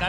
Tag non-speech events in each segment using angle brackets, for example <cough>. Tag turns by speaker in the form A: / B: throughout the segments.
A: The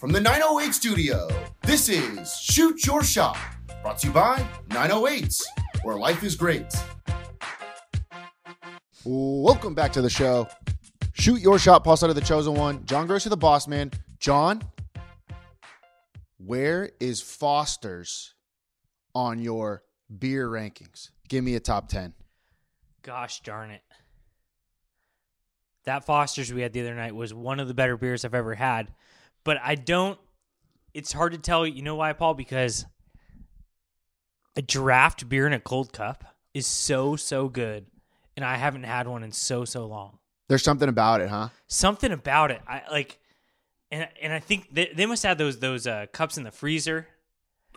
B: from the 908 studio, this is Shoot Your Shot, brought to you by 908, where life is great. Welcome back to the show. Shoot Your Shot, Paul Sutter, the chosen one. John Grocer, the boss man. John, where is Foster's on your beer rankings? Give me a top 10.
C: Gosh darn it. That Foster's we had the other night was one of the better beers I've ever had. But I don't, it's hard to tell. You know why, Paul? Because a draft beer in a cold cup is so, so good. And I haven't had one in so, so long.
B: There's something about it, huh?
C: Something about it. I like, and, and I think they, they must have those those uh, cups in the freezer.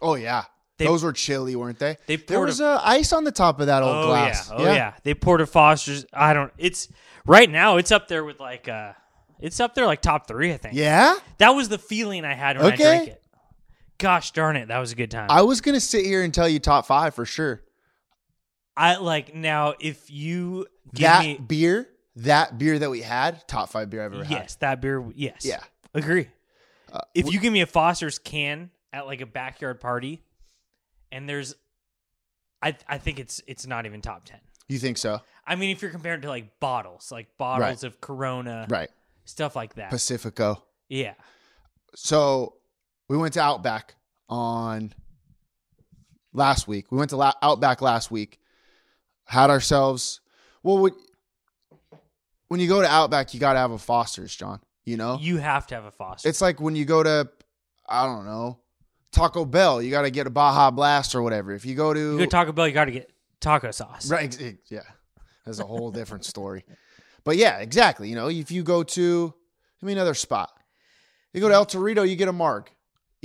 B: Oh, yeah.
C: They-
B: Those were chilly, weren't they?
C: They
B: there
C: poured
B: was
C: a-
B: uh, ice on the top of that old
C: oh
B: glass.
C: yeah, oh yeah. They poured a Foster's. I don't. It's right now. It's up there with like uh, it's up there like top three. I think.
B: Yeah?
C: That was the feeling I had
B: Okay.
C: when I drank it. Gosh darn it, that was a good time.
B: I was going to sit here and tell you top five for sure.
C: I like now if you give
B: that
C: me
B: beer, that beer that we had, top five beer I've ever had.
C: yes, that beer yes.
B: Yeah. Uh,
C: Agree. if you give me a Foster's can at like a backyard party and there's I I think it's it's not even top 10.
B: You think so?
C: I mean if you're comparing to like bottles, like bottles of Corona,
B: Right.
C: stuff like that.
B: Pacifico.
C: yeah.
B: So we went to Outback on last week. We went to la- Outback last week. Had ourselves. Well, we, when you go to Outback, you got to have a Foster's, John. You know,
C: You have to have a Foster.
B: Oh. it's like when you go to, I don't know, Taco Bell. You got to get a Baja Blast or whatever. If you go to
C: you go to Taco Bell, you got to get taco sauce.
B: Right. ex- ex- Yeah. That's a whole different story. But yeah, exactly. You know, if you go to, give me another spot. You go to El Torito, you get a marg. You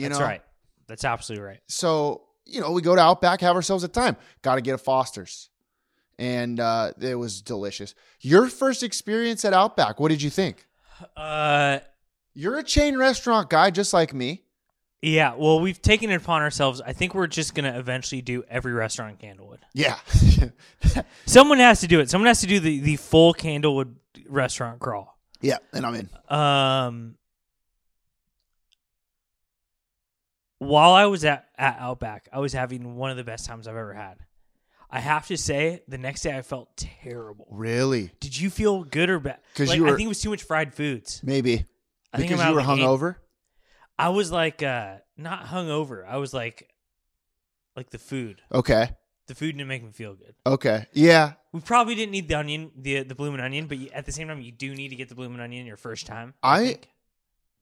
C: Mm-hmm. That's
B: know?
C: right. That's absolutely right.
B: So, you know, we go to Outback, have ourselves a time. Got to get a Foster's. And uh, it was delicious. Your first experience at Outback, what did you think?
C: Uh
B: You're a chain restaurant guy, just like me.
C: Yeah, well, we've taken it upon ourselves. I think we're just going to eventually do every restaurant in Candlewood.
B: Yeah.
C: Someone has to do it. Someone has to do the, the full Candlewood restaurant crawl.
B: <laughs> yeah. And I'm in.
C: Um, while I was at, at Outback, I was having one of the best times I've ever had. I have to say, the next day I felt terrible.
B: Really?
C: Did you feel good or bad?
B: 'Cause
C: like,
B: you
C: I
B: were-
C: think it was too much fried foods.
B: Maybe.
C: I think
B: because
C: I'm
B: you were
C: out like eight-
B: hungover?
C: I was like uh not hungover. I was like like the food.
B: Okay.
C: The food didn't make me feel good.
B: Okay. Yeah.
C: We probably didn't need the onion, the the bloomin' onion, but you, at the same time, you do need to get the bloomin' onion your first time. I
B: I-
C: think.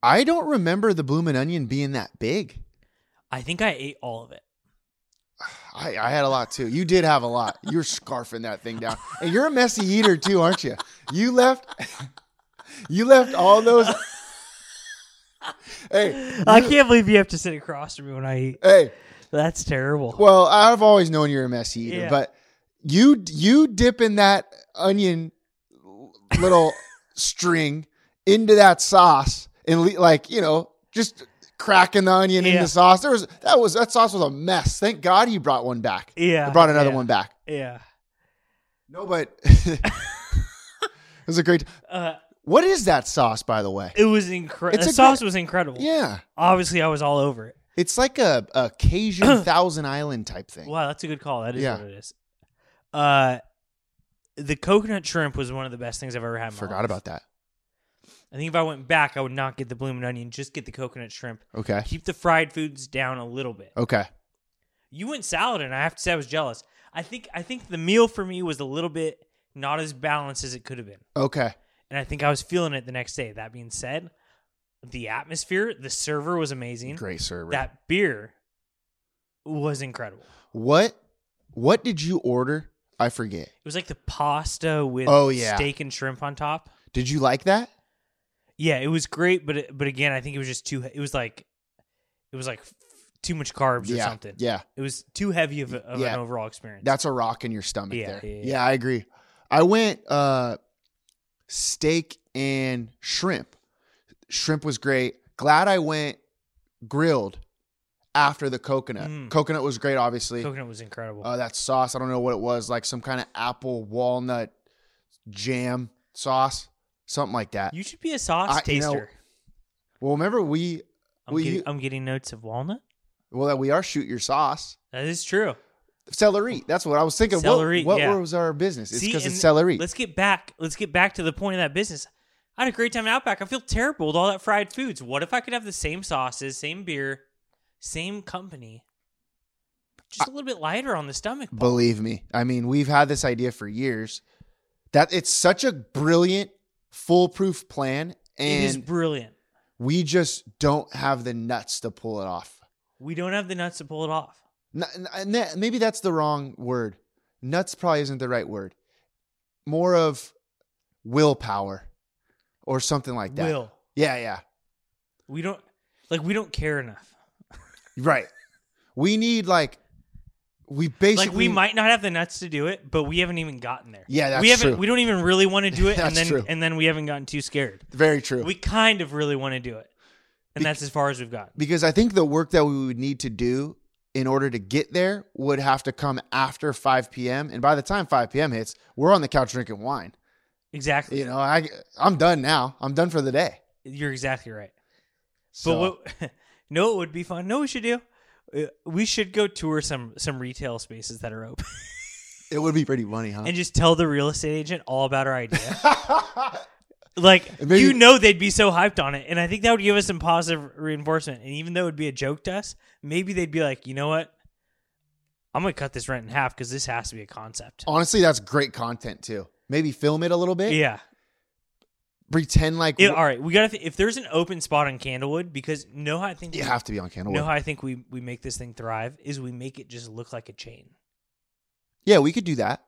B: I don't remember the bloomin' onion being that big.
C: I think I ate all of it.
B: I, I had a lot too. You did have a lot. You're scarfing that thing down, and you're a messy eater too, aren't you? You left. <laughs> You left all those. hey,
C: <laughs> I can't believe you have to sit across from me when I eat.
B: hey.
C: That's terrible.
B: Well, I've always known you're a messy eater,
C: Yeah.
B: but you you dipping that onion
C: <laughs>
B: little string into that sauce and le- like you know just cracking the onion in
C: Yeah.
B: the sauce. There was that was that sauce was a mess. Thank God he brought one back.
C: Yeah,
B: He brought another
C: yeah.
B: one back.
C: Yeah.
B: No, <laughs> but it was a great.
C: <laughs> Uh,
B: What is that sauce, by the
C: <laughs>
B: way?
C: it was incredible.
B: It's
C: The
B: a
C: sauce
B: good-
C: was incredible.
B: Yeah,
C: Obviously, I was all over it.
B: it's like a, a
C: <clears throat>
B: Cajun Thousand Island type thing.
C: Wow, that's a good call. That is
B: Yeah.
C: what it is. Uh, the coconut shrimp was one of the best things I've ever had.
B: I
C: in my
B: forgot
C: life.
B: about that.
C: I think if I went back, I would not get the bloomin' onion. Just get the coconut shrimp.
B: Okay.
C: Keep the fried foods down a little bit.
B: Okay.
C: You went salad, and I have to say I was jealous. I think I think the meal for me was a little bit not as balanced as it could have been,
B: Okay.
C: and I think I was feeling it the next day. That being said, the atmosphere, the server was amazing.
B: Great server.
C: That beer was incredible. It
B: What what did you order? I forget.
C: was like the pasta with
B: Oh, yeah.
C: steak and shrimp on top.
B: Did you like that?
C: Yeah, it was great, but it, but again, I think it was just too. It was like It was like f- too much carbs or
B: yeah,
C: something.
B: yeah.
C: It was too heavy of, a, of
B: Yeah.
C: an overall experience.
B: That's a rock in your stomach
C: Yeah,
B: there.
C: yeah,
B: Yeah,
C: yeah.
B: I agree. I went uh steak and shrimp. Shrimp was great. Glad I went grilled after the coconut.
C: Mm.
B: Coconut was great, obviously.
C: Coconut was incredible.
B: Uh, that sauce, I don't know what it was, like some kind of apple walnut jam sauce, something like that.
C: you should be a sauce
B: I- you
C: taster.
B: know, well, remember we
C: I'm,
B: well,
C: getting,
B: you-
C: I'm getting notes of walnut.
B: well that we are shoot your sauce
C: That is true.
B: celery. That's what I was thinking. What-
C: Celery,
B: What,
C: yeah.
B: was our business? It's
C: See,
B: because it's
C: and
B: celery.
C: Let's get back. Let's get back to the point of that business. I had a great time at Outback. I feel terrible with all that fried foods. What if I could have the same sauces, same beer, same company, just a little bit lighter on the stomach?
B: Believe me. I mean, we've had this idea for years. That it's such a brilliant, foolproof plan,
C: it is
B: and
C: brilliant.
B: we just don't have the nuts to pull it off.
C: We don't have the nuts to pull it off.
B: N- n- n- that- Maybe that's the wrong word. Nuts probably isn't the right word. More of willpower or something like that.
C: Will
B: Yeah, yeah.
C: we don't like we don't care enough.
B: Right. We need like we basically
C: Like we might not have the nuts to do it, but we haven't even gotten there.
B: Yeah, that's
C: we haven't.
B: true.
C: We don't even really want to
B: <laughs>
C: do it,
B: That's
C: and then
B: true.
C: and then we haven't gotten too scared.
B: very true.
C: We kind of really want to do it, and that's as far as we've got.
B: because I think the work that we would need to do in order to get there would have to come after 5 p.m. And by the time 5 p.m. hits, we're on the couch drinking wine.
C: Exactly.
B: You know, I I'm done now. I'm done for the day.
C: You're exactly right.
B: So,
C: But what, <laughs> no, it would be fun. No, we should do. Uh, We should go tour some some retail spaces that are open
B: it would be pretty funny, huh?
C: and just tell the real estate agent all about
B: <laughs>
C: our idea. like
B: Maybe-
C: you know they'd be so hyped on it, and I think that would give us some positive reinforcement. And even though it would be a joke to us, maybe they'd be like, you know what, I'm gonna cut this rent in half because this has to be a concept.
B: Honestly, that's great content too. Maybe film it a little bit.
C: Yeah.
B: Pretend like
C: Yeah, all right, we gotta. if there's an open spot on Candlewood, because no, I think
B: you
C: we-
B: have to be on Candlewood.
C: know how I think we we make this thing thrive is we make it just look like a chain.
B: yeah, we could do that.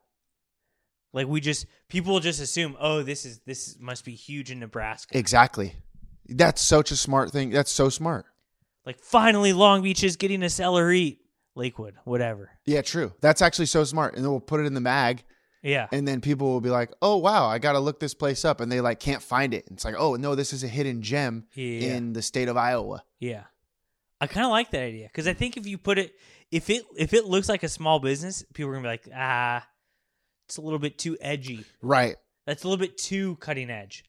C: Like we just people just assume, oh, this is this is- must be huge in Nebraska.
B: Exactly. That's such a smart thing. That's so smart.
C: like finally, Long Beach is getting a celery, Lakewood, whatever.
B: Yeah, true. That's actually so smart. And then we'll put it in the mag
C: Yeah,
B: and then people will be like, "Oh wow, I gotta look this place up," and they like can't find it. And it's like, "Oh no, this is a hidden gem
C: Yeah.
B: in the state of Iowa."
C: yeah. I kind of like that idea because I think if you put it, if it if it looks like a small business, people are gonna be like, ah, it's a little bit too edgy.
B: Right?
C: That's a little bit too cutting edge.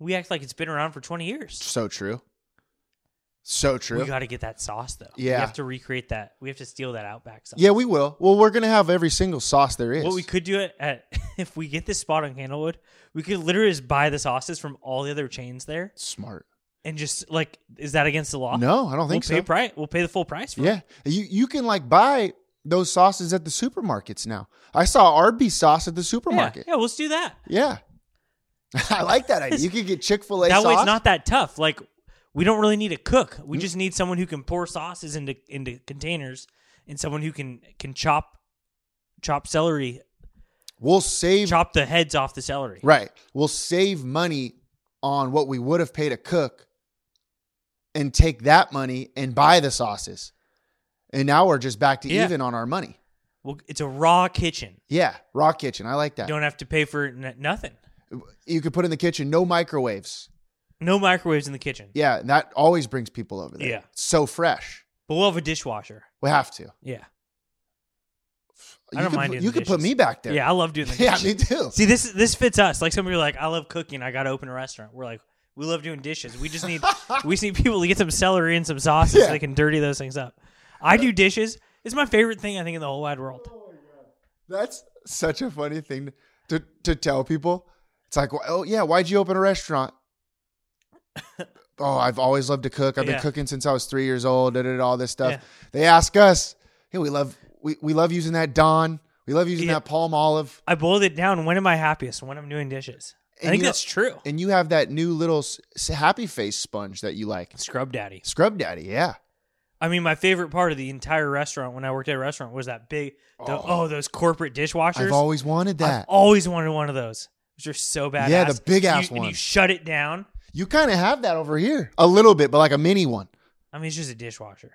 C: We act like it's been around for twenty years.
B: So true. So true.
C: We got to get that sauce though.
B: Yeah.
C: we have to recreate that. We have to steal that Outback sauce.
B: yeah, we will. Well, we're gonna have every single sauce there is.
C: What we could do at, at <laughs> if we get this spot on Candlewood, we could literally just buy the sauces from all the other chains there
B: smart.
C: and just like, is that against the law?
B: No, I don't
C: we'll
B: think
C: pay
B: so.
C: price. We'll pay the full price for
B: yeah,
C: it.
B: you you can like buy those sauces at the supermarkets now. I saw Arby's sauce at the
C: Yeah,
B: supermarket.
C: yeah, let's do that.
B: Yeah. <laughs> I like that idea. You could get Chick Fil A
C: that
B: sauce. Mm.
C: way, it's not that tough. Like, we don't really need a cook. We just need someone who can pour sauces into into containers and someone who can can chop chop celery,
B: we'll save
C: chop the heads off the celery.
B: Right. We'll save money on what we would have paid a cook and take that money and buy the sauces. And now we're just back to
C: Yeah.
B: even on our money.
C: Well, it's a raw kitchen.
B: Yeah. Raw kitchen. I like that.
C: You don't have to pay for n- nothing.
B: you could put in the kitchen, no microwaves.
C: No microwaves in the kitchen.
B: Yeah. and that always brings people over there.
C: Yeah.
B: It's so fresh.
C: But we'll have a dishwasher.
B: We have to.
C: Yeah.
B: You
C: I don't
B: could,
C: mind
B: put-
C: doing
B: You
C: the
B: could put
C: dishes.
B: me back there.
C: <laughs> Yeah, I love doing the
B: <laughs> Yeah,
C: dishes.
B: me too.
C: See, this this fits us. Like somebody like, I love cooking. I got to open a restaurant. We're like, we love doing dishes. We just <laughs> need we just need people to get some celery and some sauces so
B: Yeah.
C: they can dirty those things up. I do dishes. It's my favorite thing I think in the whole wide world.
B: That's such a funny thing to, to tell people. It's like, oh yeah, why'd you open a
C: <laughs>
B: restaurant? oh, I've always loved to cook. I've
C: Yeah.
B: been cooking since I was three years old. Da, da, da, all this stuff.
C: Yeah.
B: They ask us, hey, we love we, we love using that Don. We love using
C: Yeah.
B: that palm olive.
C: I boiled it down. When am I happiest? When I'm doing dishes. I
B: And
C: think
B: you know-
C: that's true.
B: And you have that new little s- s- happy face sponge that you like,
C: Scrub Daddy.
B: Scrub Daddy. Yeah,
C: I mean, my favorite part of the entire restaurant when I worked at a restaurant was that big. The, oh. those corporate dishwashers.
B: I've always wanted
C: I've
B: that.
C: always wanted one of those. Which are so badass.
B: Yeah, the big
C: You-
B: ass
C: And you
B: one.
C: shut it down.
B: you kind of have that over here a little bit, but like a mini one.
C: I mean, it's just a dishwasher.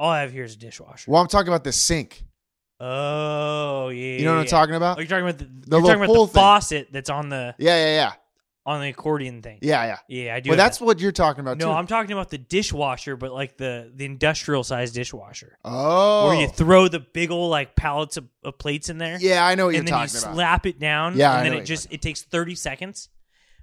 C: All I have here is a dishwasher.
B: Well, I'm talking about the sink.
C: Oh yeah.
B: You know what I'm
C: yeah, yeah.
B: talking about?
C: Oh, you're talking about the,
B: The
C: you're talking about
B: little
C: the
B: thing.
C: faucet that's on the
B: Yeah, yeah, yeah,
C: on the accordion thing.
B: yeah, yeah.
C: Yeah, I do.
B: Well,
C: have that.
B: that's what you're talking about
C: No,
B: too.
C: I'm talking about the dishwasher, but like the the industrial size dishwasher,
B: oh,
C: where you throw the big old like pallets of, of plates in there,
B: yeah, I know what you're
C: and then you
B: talking about.
C: slap it down,
B: Yeah, I
C: and
B: know
C: then
B: what
C: it
B: you're
C: just it takes 30 seconds.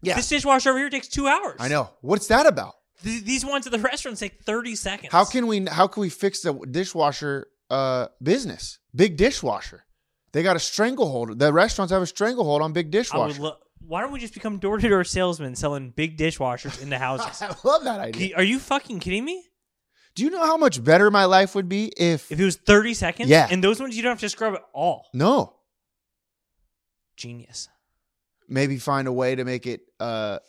B: Yeah.
C: this dishwasher over here takes two hours.
B: I know. What's that about?
C: Th- these ones at the restaurants take 30 seconds.
B: How can we? How can we fix the dishwasher uh, business? Big dishwasher. They got a stranglehold. The restaurants have a stranglehold on big
C: I would
B: dishwasher.
C: lo- why don't we just become door to door salesmen selling big dishwashers into houses?
B: <laughs> <laughs> I love that idea.
C: Ki- Are you fucking kidding me?
B: Do you know how much better my life would be if?
C: If it was 30 seconds,
B: Yeah.
C: and those ones you don't have to scrub at all.
B: no,
C: Genius.
B: maybe find a way to make it uh,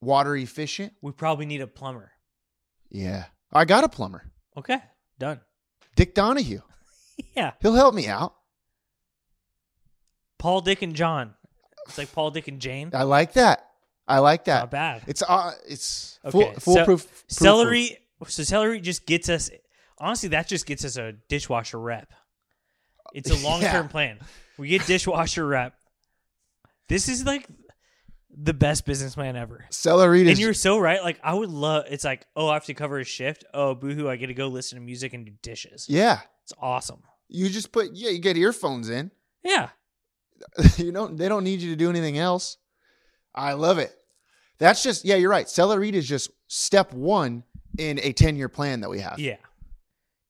B: water efficient.
C: We probably need a plumber.
B: Yeah, I got a plumber,
C: Okay, done.
B: Dick Donahue.
C: Yeah.
B: He'll help me out.
C: Paul, Dick, and John. It's like Paul, Dick, and Jane.
B: I like that. I like that.
C: Not bad.
B: It's uh, it's
C: Okay,
B: fool,
C: so
B: foolproof. proof-
C: celery. So celery just gets us. Honestly, that just gets us a dishwasher rep. It's a
B: <laughs> Yeah.
C: long term plan. We get dishwasher rep. This is like the best business plan ever.
B: Celery
C: And
B: is
C: you're so right. Like I would love. It's like oh, I have to cover a shift. Oh, boohoo! I get to go listen to music and do dishes.
B: yeah.
C: It's awesome.
B: You just put yeah. You get earphones in. <laughs>
C: Yeah.
B: you don't. They don't need you to do anything else. I love it. That's just yeah. You're right. Celery is just step one in a ten year plan that we have.
C: Yeah.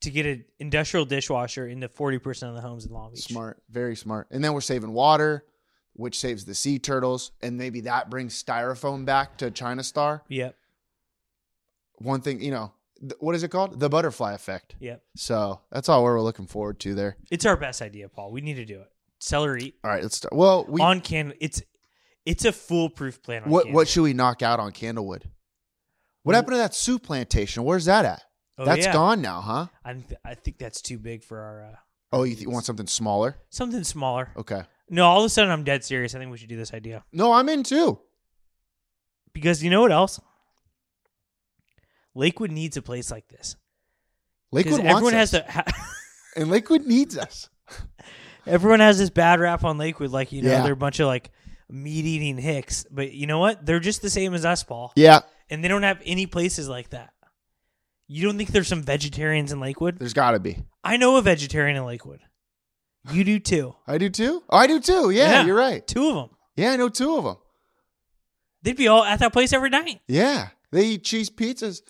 C: To get an industrial dishwasher into forty percent of the homes in Long Beach.
B: Smart. Very smart. And then we're saving water, which saves the sea turtles, and maybe that brings styrofoam back to China Star.
C: Yep.
B: One thing you know. th- What is it called? The butterfly effect.
C: Yep.
B: So that's all we're looking forward to there.
C: It's our best idea, Paul. We need to do it. Celery
B: All right, let's start. Well, we
C: on can it's it's a foolproof plan. On
B: what
C: Canada.
B: what should we knock out on Candlewood? What happened to that soup plantation? Where's that at?
C: Oh,
B: That's
C: yeah.
B: gone now, huh?
C: I th- I think that's too big for our uh,
B: Oh, you, th- you want something smaller?
C: something smaller.
B: Okay.
C: No, all of a sudden I'm dead serious. I think we should do this idea
B: No, I'm in too.
C: because you know what else? Lakewood needs a place like this. 'Cause
B: Lakewood
C: everyone
B: wants
C: has
B: us,
C: the ha- <laughs>
B: and Lakewood needs us.
C: everyone has this bad rap on Lakewood, like you know
B: Yeah.
C: they're a bunch of like meat eating hicks. But you know what? They're just the same as us, Paul.
B: Yeah,
C: And they don't have any places like that. You don't think there's some vegetarians in Lakewood?
B: there's got to be.
C: I know a vegetarian in Lakewood. You do too.
B: I do too. Oh, I do too. Yeah, you're right.
C: Two of them.
B: Yeah, I know two of them.
C: They'd be all at that place every night.
B: Yeah, they eat cheese pizzas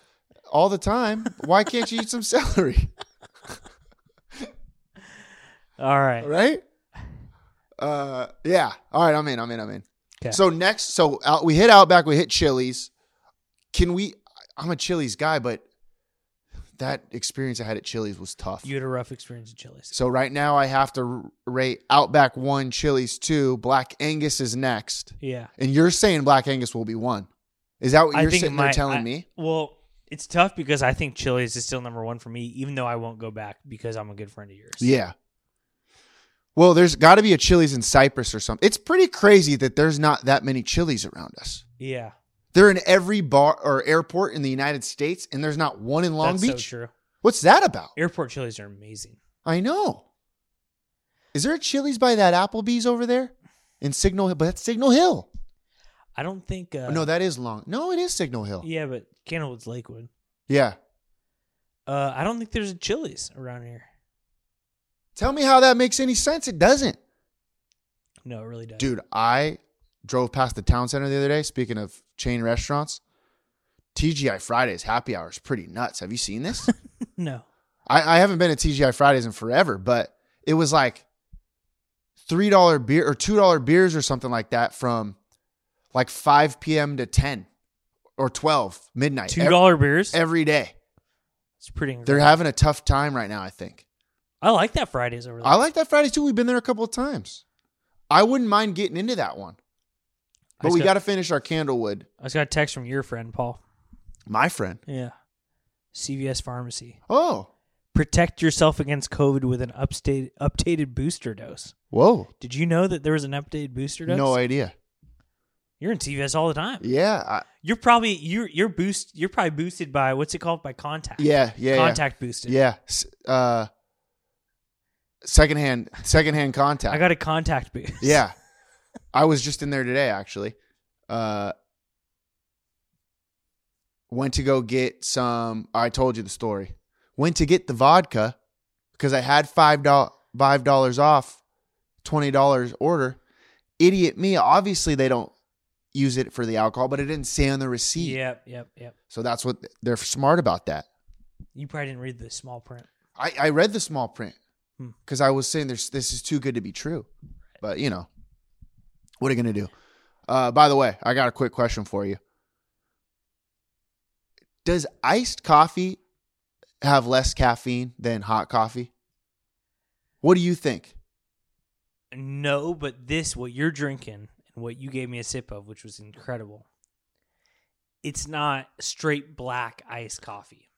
B: all the time. Why can't you eat some <laughs> celery?
C: All right.
B: right? Uh, yeah. All right, I'm in. I'm in. I'm in.
C: 'Kay.
B: So next, so out, we hit Outback, we hit Chili's. Can we? I'm a Chili's guy, but that experience I had at Chili's was tough.
C: You had a rough experience at Chili's.
B: so right now, I have to r- rate Outback one, Chili's two, Black Angus is next,
C: Yeah.
B: and you're saying Black Angus will be one. Is that what
C: I
B: you're
C: think
B: sitting
C: my-
B: there telling
C: I-
B: me?
C: Well, it's tough because I think Chili's is still number one for me, even though I won't go back because I'm a good friend of yours.
B: Yeah. Well, there's got to be a Chili's in Cyprus or something. It's pretty crazy that there's not that many Chili's around us.
C: Yeah.
B: They're in every bar or airport in the United States, and there's not one in Long
C: that's
B: Beach.
C: so true.
B: What's that about?
C: Airport Chili's are amazing.
B: I know. Is there a Chili's by that Applebee's over there in Signal Hill? But that's Signal Hill.
C: I don't think. Uh,
B: Oh, no, that is long. No, it is Signal Hill. Yeah.
C: Yeah, but Candlewood's Lakewood. Uh, I don't think there's a Chili's around here.
B: Tell me how that makes any sense. It doesn't.
C: No, it really does.
B: Dude, I drove past the town center the other day. Speaking of chain restaurants, TGI Fridays happy hour is pretty nuts. Have you seen this?
C: No.
B: I, I haven't been at TGI Fridays in forever, but it was like three dollar beer or two dollar beers or something like that from like five p.m. to ten or twelve midnight
C: Two
B: ev-
C: dollar beers.
B: every day.
C: it's pretty. Incredible.
B: They're having a tough time right now. I think
C: I like that Fridays over there.
B: I like that Fridays too. We've been there a couple of times. I wouldn't mind getting into that one,
C: I
B: but
C: just
B: we
C: got-
B: got to finish our Candlewood,
C: I just got a text from your friend Paul.
B: my friend.
C: Yeah. CVS Pharmacy.
B: Oh,
C: Protect yourself against COVID with an upstate, updated booster dose.
B: whoa,
C: Did you know that there was an updated booster dose?
B: no idea.
C: You're in TVS all the time.
B: Yeah, I,
C: You're probably you're you're boost you're probably boosted by what's it called by contact.
B: yeah, yeah, yeah.
C: contact boosted.
B: Yeah. S- Uh, secondhand, secondhand contact.
C: <laughs> I got a contact boost.
B: Yeah, I was just in there today actually. Uh, went to go get some. I told you the story. Went to get the vodka because I had five dollars five dollars off twenty dollars order. Idiot me. Obviously they don't use it for the alcohol, but it didn't say on the receipt.
C: <laughs> Yep. Yep. Yep.
B: So that's what they're smart about that.
C: You probably didn't read the small print.
B: I, I read the small print
C: Hmm.
B: because I was saying there's this is too good to be true. But you know, what are you gonna do? Uh, by the way, I got a quick question for you. Does iced coffee have less caffeine than hot coffee? What do you think?
C: No, but this what you're drinking and what you gave me a sip of, which was incredible. It's not straight black iced coffee.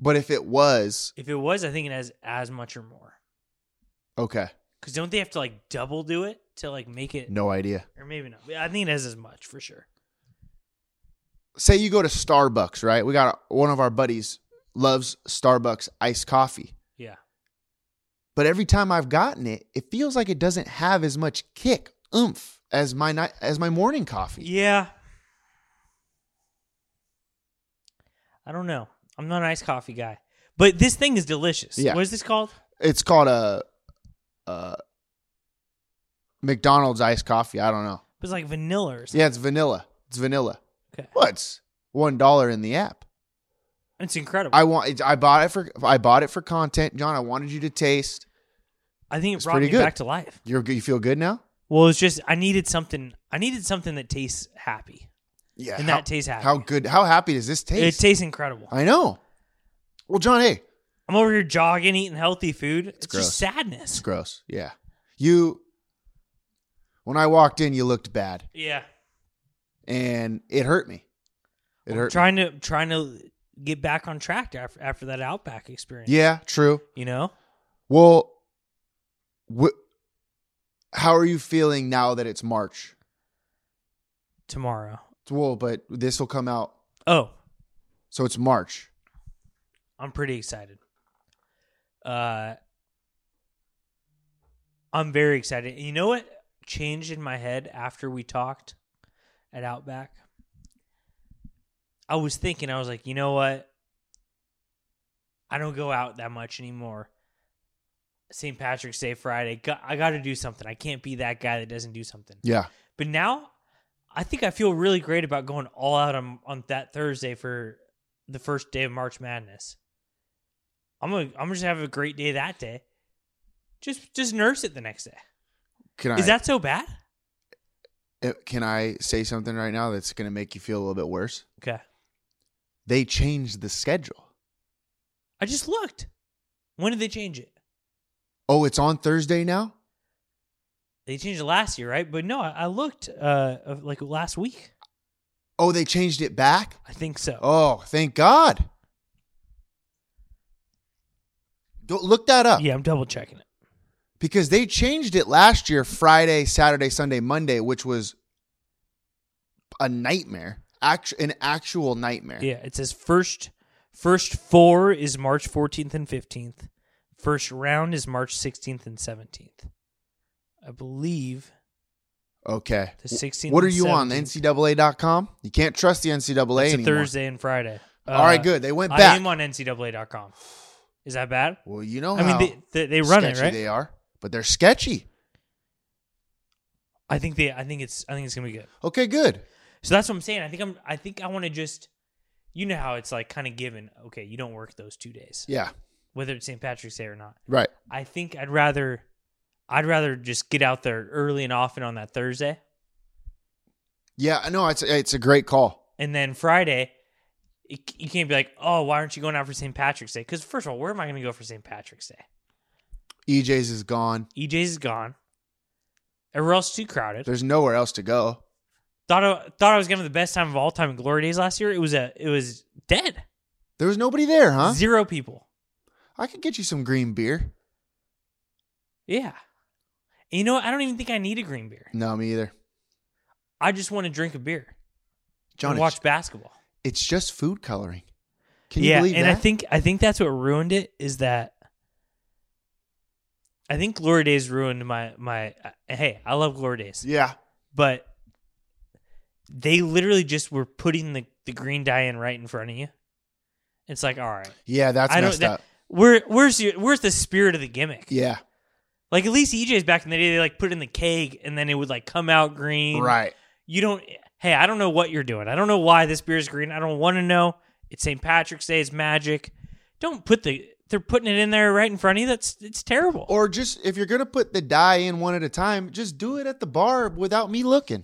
B: But if it was
C: If it was, I think it has as much or more.
B: okay,
C: Because don't they have to like double do it to like make it?
B: no idea.
C: Or maybe not. I think it has as much for sure.
B: Say you go to Starbucks, right? We got one of our buddies loves Starbucks iced coffee.
C: Yeah.
B: but every time I've gotten it, it feels like it doesn't have as much kick oomph as my night as my morning coffee.
C: Yeah. I don't know. I'm not an iced coffee guy. But this thing is delicious.
B: Yeah.
C: What is this called?
B: It's called a, a McDonald's iced coffee. I don't know.
C: It's like vanilla or something.
B: Yeah, it's vanilla. It's vanilla.
C: Okay.
B: What's one dollar in the app?
C: It's incredible. I,
B: I want. I bought it for. I bought it for content, John. I wanted you to taste.
C: think it
B: it's
C: brought
B: pretty
C: me
B: good.
C: back to life.
B: You're. good- You feel good now?
C: Well, it's just I needed something I needed something that tastes happy.
B: Yeah.
C: And
B: how,
C: that tastes happy.
B: How good? How happy does this taste?
C: It tastes incredible.
B: I know. Well, John. Hey,
C: I'm over here jogging, eating healthy food. It's,
B: gross.
C: just sadness.
B: It's gross. Yeah. You when I walked in, you looked bad
C: Yeah.
B: and it hurt me. It hurt. me.
C: Trying to trying to get back on track after after that outback experience.
B: Yeah, true.
C: You know?
B: Well, wh- how are you feeling now that it's March?
C: Tomorrow.
B: Well, but this will come out
C: Oh,
B: so it's March.
C: I'm pretty excited. Uh, I'm very excited. You know what changed in my head after we talked at Outback? I was thinking, I was like, you know what? I don't go out that much anymore. St. Patrick's Day Friday. Go- I got to do something. I can't be that guy that doesn't do something.
B: Yeah.
C: But now, I think I feel really great about going all out on, on that Thursday for the first day of March Madness. I'm gonna I'm just have a great day that day. Just just nurse it the next day.
B: Can I
C: Is that so bad?
B: uh, can I say something right now that's going to make you feel a little bit worse?
C: Okay.
B: They changed the schedule.
C: I just looked. When did they change it?
B: Oh, it's on Thursday now?
C: They changed it last year, right? But no, I, I looked uh of- like last week.
B: Oh, they changed it back?
C: I think so.
B: Oh, thank God. Go look that up
C: Yeah, I'm double checking it.
B: because they changed it last year Friday, Saturday, Sunday, Monday, which was a nightmare. Act- an actual nightmare.
C: Yeah, it says first first four is March 14th and 15th. First round is March 16th and 17th. I believe
B: Okay.
C: The 16th
B: What are
C: and
B: you on? The
C: 17th.
B: NCAA.com? You can't trust the NCAA
C: it's a
B: anymore.
C: Thursday and Friday. Uh,
B: All right, good. They went
C: I
B: back.
C: am on NCAA.com. Is that bad?
B: Well, you know
C: I
B: how
C: mean, they, they, they run
B: sketchy
C: it right.
B: they are, but they're sketchy.
C: I think they. I think it's. I think it's gonna be good.
B: Okay, good.
C: So that's what I'm saying. I think I'm. I think I want to just. You know how it's like, kind of given. Okay, you don't work those two days,
B: Yeah,
C: whether it's St. Patrick's Day or not.
B: right.
C: I think I'd rather I'd rather just get out there early and often on that Thursday.
B: Yeah, no, it's it's a great call.
C: And then Friday, it, you can't be like, "Oh, why aren't you going out for St. Patrick's Day?" Cuz first of all, where am I going to go for St. Patrick's Day?
B: EJ's E is gone.
C: EJ's is gone. Everywhere else is too crowded.
B: There's nowhere else to go.
C: Thought I, thought I was going to have the best time of all time in Glory Days last year. It was a it was dead.
B: There was nobody there, huh?
C: Zero people.
B: I could get you some green beer.
C: Yeah. And you know what? I don't even think I need a green beer.
B: No, me either.
C: I just want to drink a beer
B: John,
C: and
B: it's-
C: watch basketball.
B: it's just food coloring. Can you
C: yeah,
B: believe
C: and
B: that?
C: I think I think that's what ruined it is that I think Glory Days ruined my my. Uh, hey, I love Glory Days,
B: yeah,
C: but they literally just were putting the the green dye in right in front of you. It's like, all right,
B: yeah, that's
C: I don't.
B: messed
C: that-
B: up.
C: where where's your, where's the spirit of the gimmick?
B: Yeah,
C: Like at least EJ's back in the day, they like put it in the keg and then it would like come out green.
B: right.
C: You don't. Hey, I don't know what you're doing. I don't know why this beer is green. I don't want to know. It's St. Patrick's Day. It's magic. Don't put the. They're putting it in there right in front of you. That's it's terrible.
B: Or just if you're gonna put the dye in one at a time, just do it at the bar without me looking.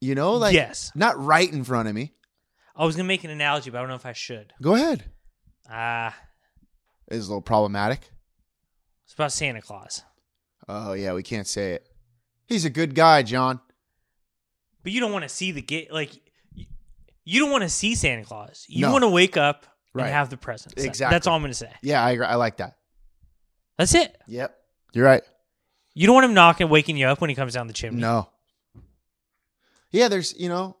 B: You know, like
C: Yes.
B: not right in front of me.
C: I was gonna make an analogy, but I don't know if I should.
B: Go ahead.
C: Ah,
B: It's a little problematic.
C: it's about Santa Claus.
B: Oh yeah, we can't say it. He's a good guy, John.
C: But you don't want to see the get like. y- You don't want to see Santa Claus. You
B: No.
C: want to wake up
B: Right.
C: and have the presents. That-
B: Exactly.
C: That's all I'm gonna say.
B: Yeah, I agree. I like that.
C: That's it.
B: Yep. You're right.
C: You don't want him knocking, waking you up when he comes down the chimney.
B: No. Yeah, there's you know.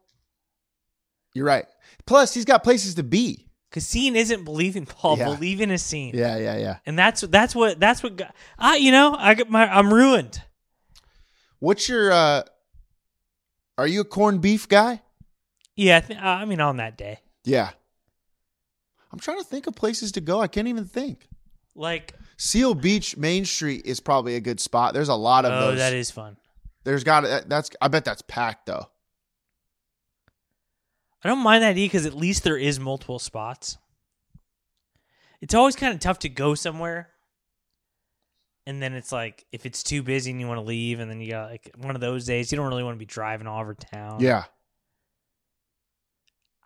B: You're right. Plus, he's got places to be.
C: Because seeing isn't believing, Paul.
B: Yeah.
C: Believing is seeing.
B: Yeah, yeah, yeah.
C: And that's that's what that's what got- I you know I got my I'm ruined.
B: What's your uh are you a corned beef guy?
C: Yeah, I, th- I mean on that day,
B: Yeah. I'm trying to think of places to go. I can't even think.
C: like
B: Seal Beach Main Street is probably a good spot. There's a lot of
C: oh
B: those.
C: that is fun.
B: There's got that, that's I bet that's packed though.
C: I don't mind that because at least there is multiple spots. It's always kind of tough to go somewhere, and then it's like if it's too busy and you want to leave, and then you got like one of those days you don't really want to be driving all over town.
B: Yeah.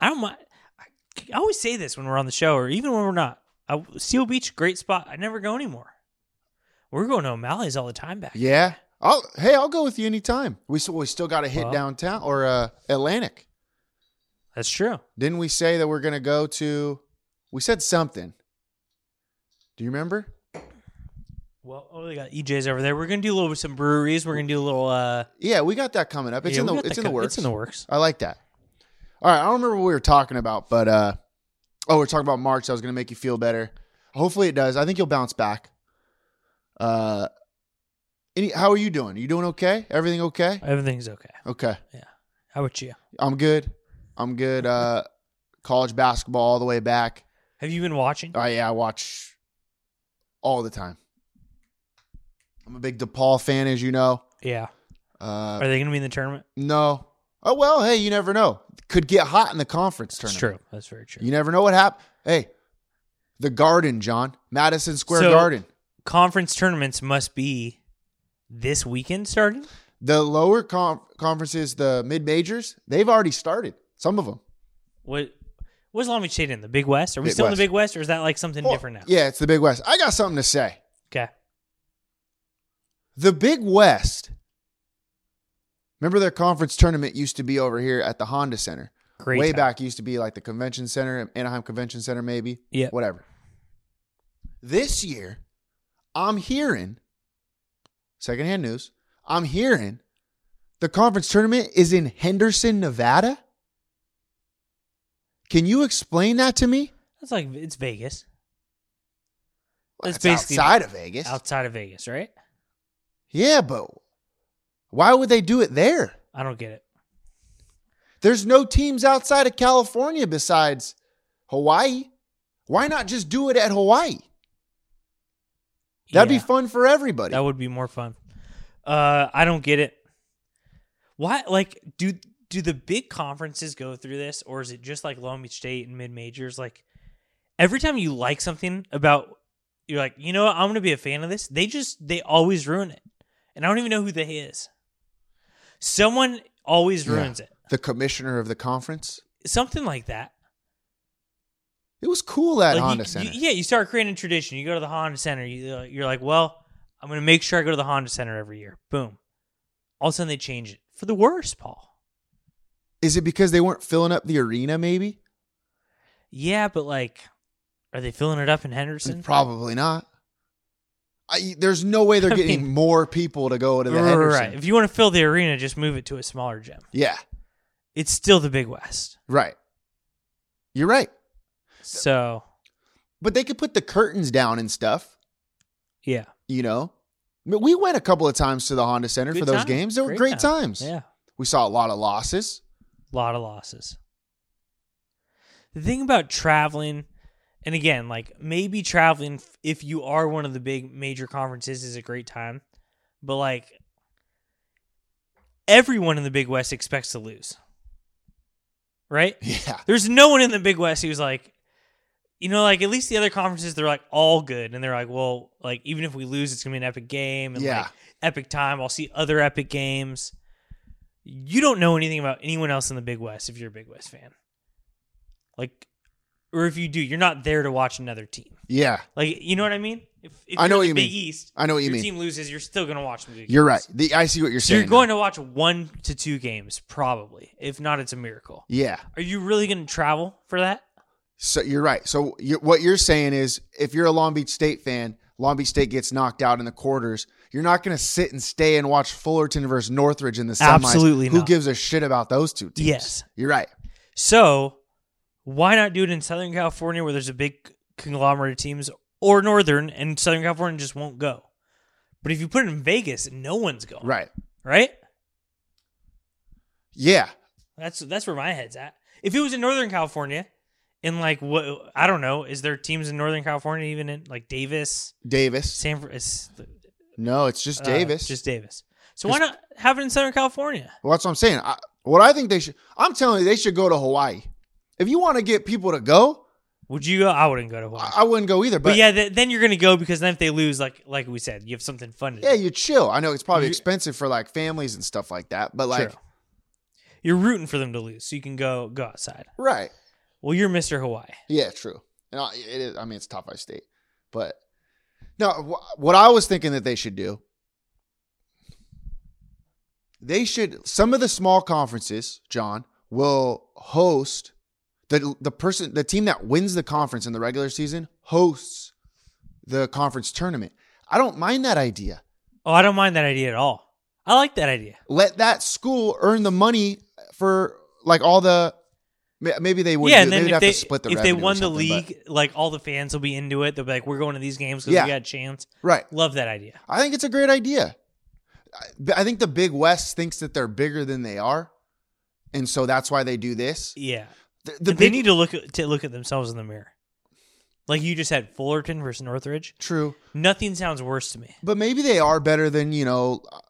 C: I don't mind. I I always say this when we're on the show, or even when we're not. I, Seal Beach, great spot. I never go anymore. We're going to O'Malley's all the time back.
B: Yeah. I'll hey, I'll go with you anytime. We still we still got to hit
C: Well.
B: downtown or uh Atlantic.
C: that's true.
B: Didn't we say that we're going to go to we said something. Do you remember?
C: Well, oh, they got EJ's over there. We're gonna do a little with some breweries. We're gonna do a little. uh
B: Yeah, we got that coming up. It's
C: yeah,
B: in
C: we
B: the
C: got
B: it's in
C: co-
B: the works.
C: It's in the works.
B: I like that. All right, I don't remember what we were talking about, but uh oh, we're talking about March. That was going to make you feel better. Hopefully, it does. I think you'll bounce back. Uh, any, how are you doing? You doing okay? Everything okay?
C: Everything's okay.
B: Okay,
C: How about you?
B: I'm good. I'm good. Uh, college basketball all the way back.
C: Have you been watching?
B: Oh yeah, I watch all the time. I'm a big DePaul fan, as you know.
C: yeah.
B: Uh,
C: Are they gonna be in the tournament?
B: no. Oh well, hey, you never know. Could get hot in the conference
C: That's
B: tournament.
C: true. That's very true.
B: You never know what happened. Hey, the garden, John. Madison Square
C: So-
B: Garden.
C: Conference tournaments must be this weekend starting.
B: The lower com- conferences, the mid majors, they've already started. Some of them.
C: What? What's Long Beach State in? The Big West? Are we
B: Big
C: still in
B: West.
C: the Big West, or is that like something different now?
B: Oh, Yeah, it's the Big West. I got something to say.
C: Okay.
B: The Big West. Remember their conference tournament used to be over here at the Honda Center.
C: Great.
B: Way
C: time.
B: back used to be like the convention center, Anaheim Convention Center, maybe.
C: Yeah.
B: Whatever. This year, I'm hearing secondhand news. I'm hearing the conference tournament is in Henderson, Nevada. Can you explain that to me?
C: That's like it's Vegas.
B: That's
C: It's basically-
B: outside of Vegas.
C: Outside of Vegas, right?
B: yeah, but why would they do it there?
C: I don't get it.
B: There's no teams outside of California besides Hawaii. Why not just do it at Hawaii? That'd be
C: Yeah.
B: fun for everybody.
C: That would be more fun. Uh, I don't get it. Why? Like, do do the big conferences go through this, or is it just like Long Beach State and mid majors? Like, every time you like something about, you're like, you know, what? I'm gonna be a fan of this. They just they always ruin it, and I don't even know who they is. Someone always
B: Yeah.
C: ruins it.
B: the commissioner of the conference.
C: Something like that.
B: It was cool at
C: Like, you-
B: Honda
C: you-
B: Center.
C: yeah, you start creating a tradition. You go to the Honda Center. You, uh, you're like, well, I'm going to make sure I go to the Honda Center every year. Boom. All of a sudden they change it for the worse, Paul.
B: Is it because they weren't filling up the arena? Maybe.
C: Yeah, but like, are they filling it up in Henderson?
B: Probably not. I, there's no
C: <laughs>
B: way they're getting
C: mean-
B: more people to go to the
C: Right.
B: Henderson.
C: If you want to fill the arena, just move it to a smaller gym.
B: Yeah,
C: It's still the Big West.
B: right. You're right.
C: So,
B: But they could put the curtains down and stuff.
C: yeah.
B: You know, but we went a couple of times to the Honda Center
C: Good
B: for those
C: times.
B: games. They were great, times.
C: Yeah.
B: We saw a lot of
C: <laughs>
B: losses.
C: lot of losses. The thing about traveling, and again, like maybe traveling f- if you are one of the big major conferences is a great time, but like everyone in the Big West expects to lose, right?
B: Yeah,
C: There's no one in the Big West who's like, you know, like at least the other conferences they're like all good, and they're like, well, like even if we lose, it's gonna be an epic game, and
B: Yeah.
C: like epic time. I'll see other epic games. You don't know anything about anyone else in the Big West if you're a Big West fan, like, or if you do, you're not there to watch another team.
B: yeah.
C: Like, you know what I mean? If, if
B: I know
C: you're
B: what
C: the
B: you
C: Big
B: mean.
C: East,
B: I know what you
C: your
B: mean.
C: Team loses, you're still gonna watch the Big
B: You're right.
C: games.
B: The, I see what you're
C: So
B: saying.
C: you're going to watch one to two games probably, if not, it's a miracle.
B: yeah.
C: Are you really going to travel for that?
B: So you're right. So you what you're saying is, if you're a Long Beach State fan, Long Beach State gets knocked out in the quarters. You're not going to sit and stay and watch Fullerton versus Northridge in the semis.
C: Absolutely
B: Who
C: not.
B: gives a shit about those two teams?
C: Yes.
B: you're right.
C: So why not do it in Southern California where there's a big conglomerate of teams or Northern and Southern California just won't go? But if you put it in Vegas, no one's going.
B: Right.
C: Right?
B: Yeah.
C: That's that's where my head's at. If it was in Northern California, and like what I don't know, is there teams in Northern California even in like Davis,
B: Davis.
C: San Fran- it's, uh,
B: No, it's just Davis.
C: just Davis. So why not have it in Southern California?
B: well, that's what I'm saying. I, what I think they should. I'm telling you, they should go to Hawaii. If you want to get people to go,
C: Would you go? I wouldn't go to Hawaii.
B: I, I wouldn't go either.
C: But,
B: But, yeah,
C: yeah, th- then you're gonna go because then if they lose, like like we said, you have something fun to do.
B: you chill. I know it's probably
C: You-
B: expensive for like families and stuff like that. But like,
C: True. You're rooting for them to lose, so you can go go outside.
B: right?
C: Well, you're Mr. Hawaii.
B: Yeah, true. And I, it is. I mean, it's top five state, but no. Wh- what I was thinking that they should do, they should. Some of the small conferences, John, will host the the person, the team that wins the conference in the regular season hosts the conference tournament. I don't mind that idea.
C: Oh, I don't mind that idea at all. I like that idea.
B: Let that school earn the money for like all the. may- Maybe they would.
C: yeah,
B: do-
C: and then
B: they'd
C: if
B: have
C: they
B: to split the
C: if they
B: revenue or
C: won the
B: something, but-
C: league, like all the fans will be into it. They'll be like, "We're going to these games because
B: Yeah.
C: we got a chance."
B: right?
C: Love that idea.
B: I think it's a great idea. I- I think the Big West thinks that they're bigger than they are, and so that's why they do this.
C: Yeah,
B: The, the
C: And they
B: big,
C: need to look at, to look at themselves in the mirror. Like you just had Fullerton versus Northridge.
B: true,
C: Nothing sounds worse to me.
B: but maybe they are better than you know. uh,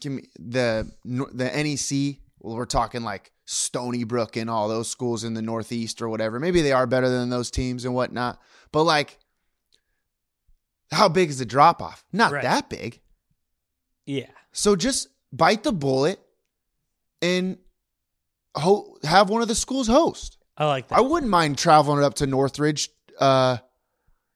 B: Give me the nor- the NEC. Well, we're talking like Stony Brook and all those schools in the Northeast or whatever. Maybe they are better than those teams and whatnot. But like, how big is the drop off? Not
C: Right.
B: that big.
C: Yeah,
B: So just bite the bullet and ho- have one of the schools host.
C: I like that.
B: I wouldn't mind traveling up to Northridge, uh,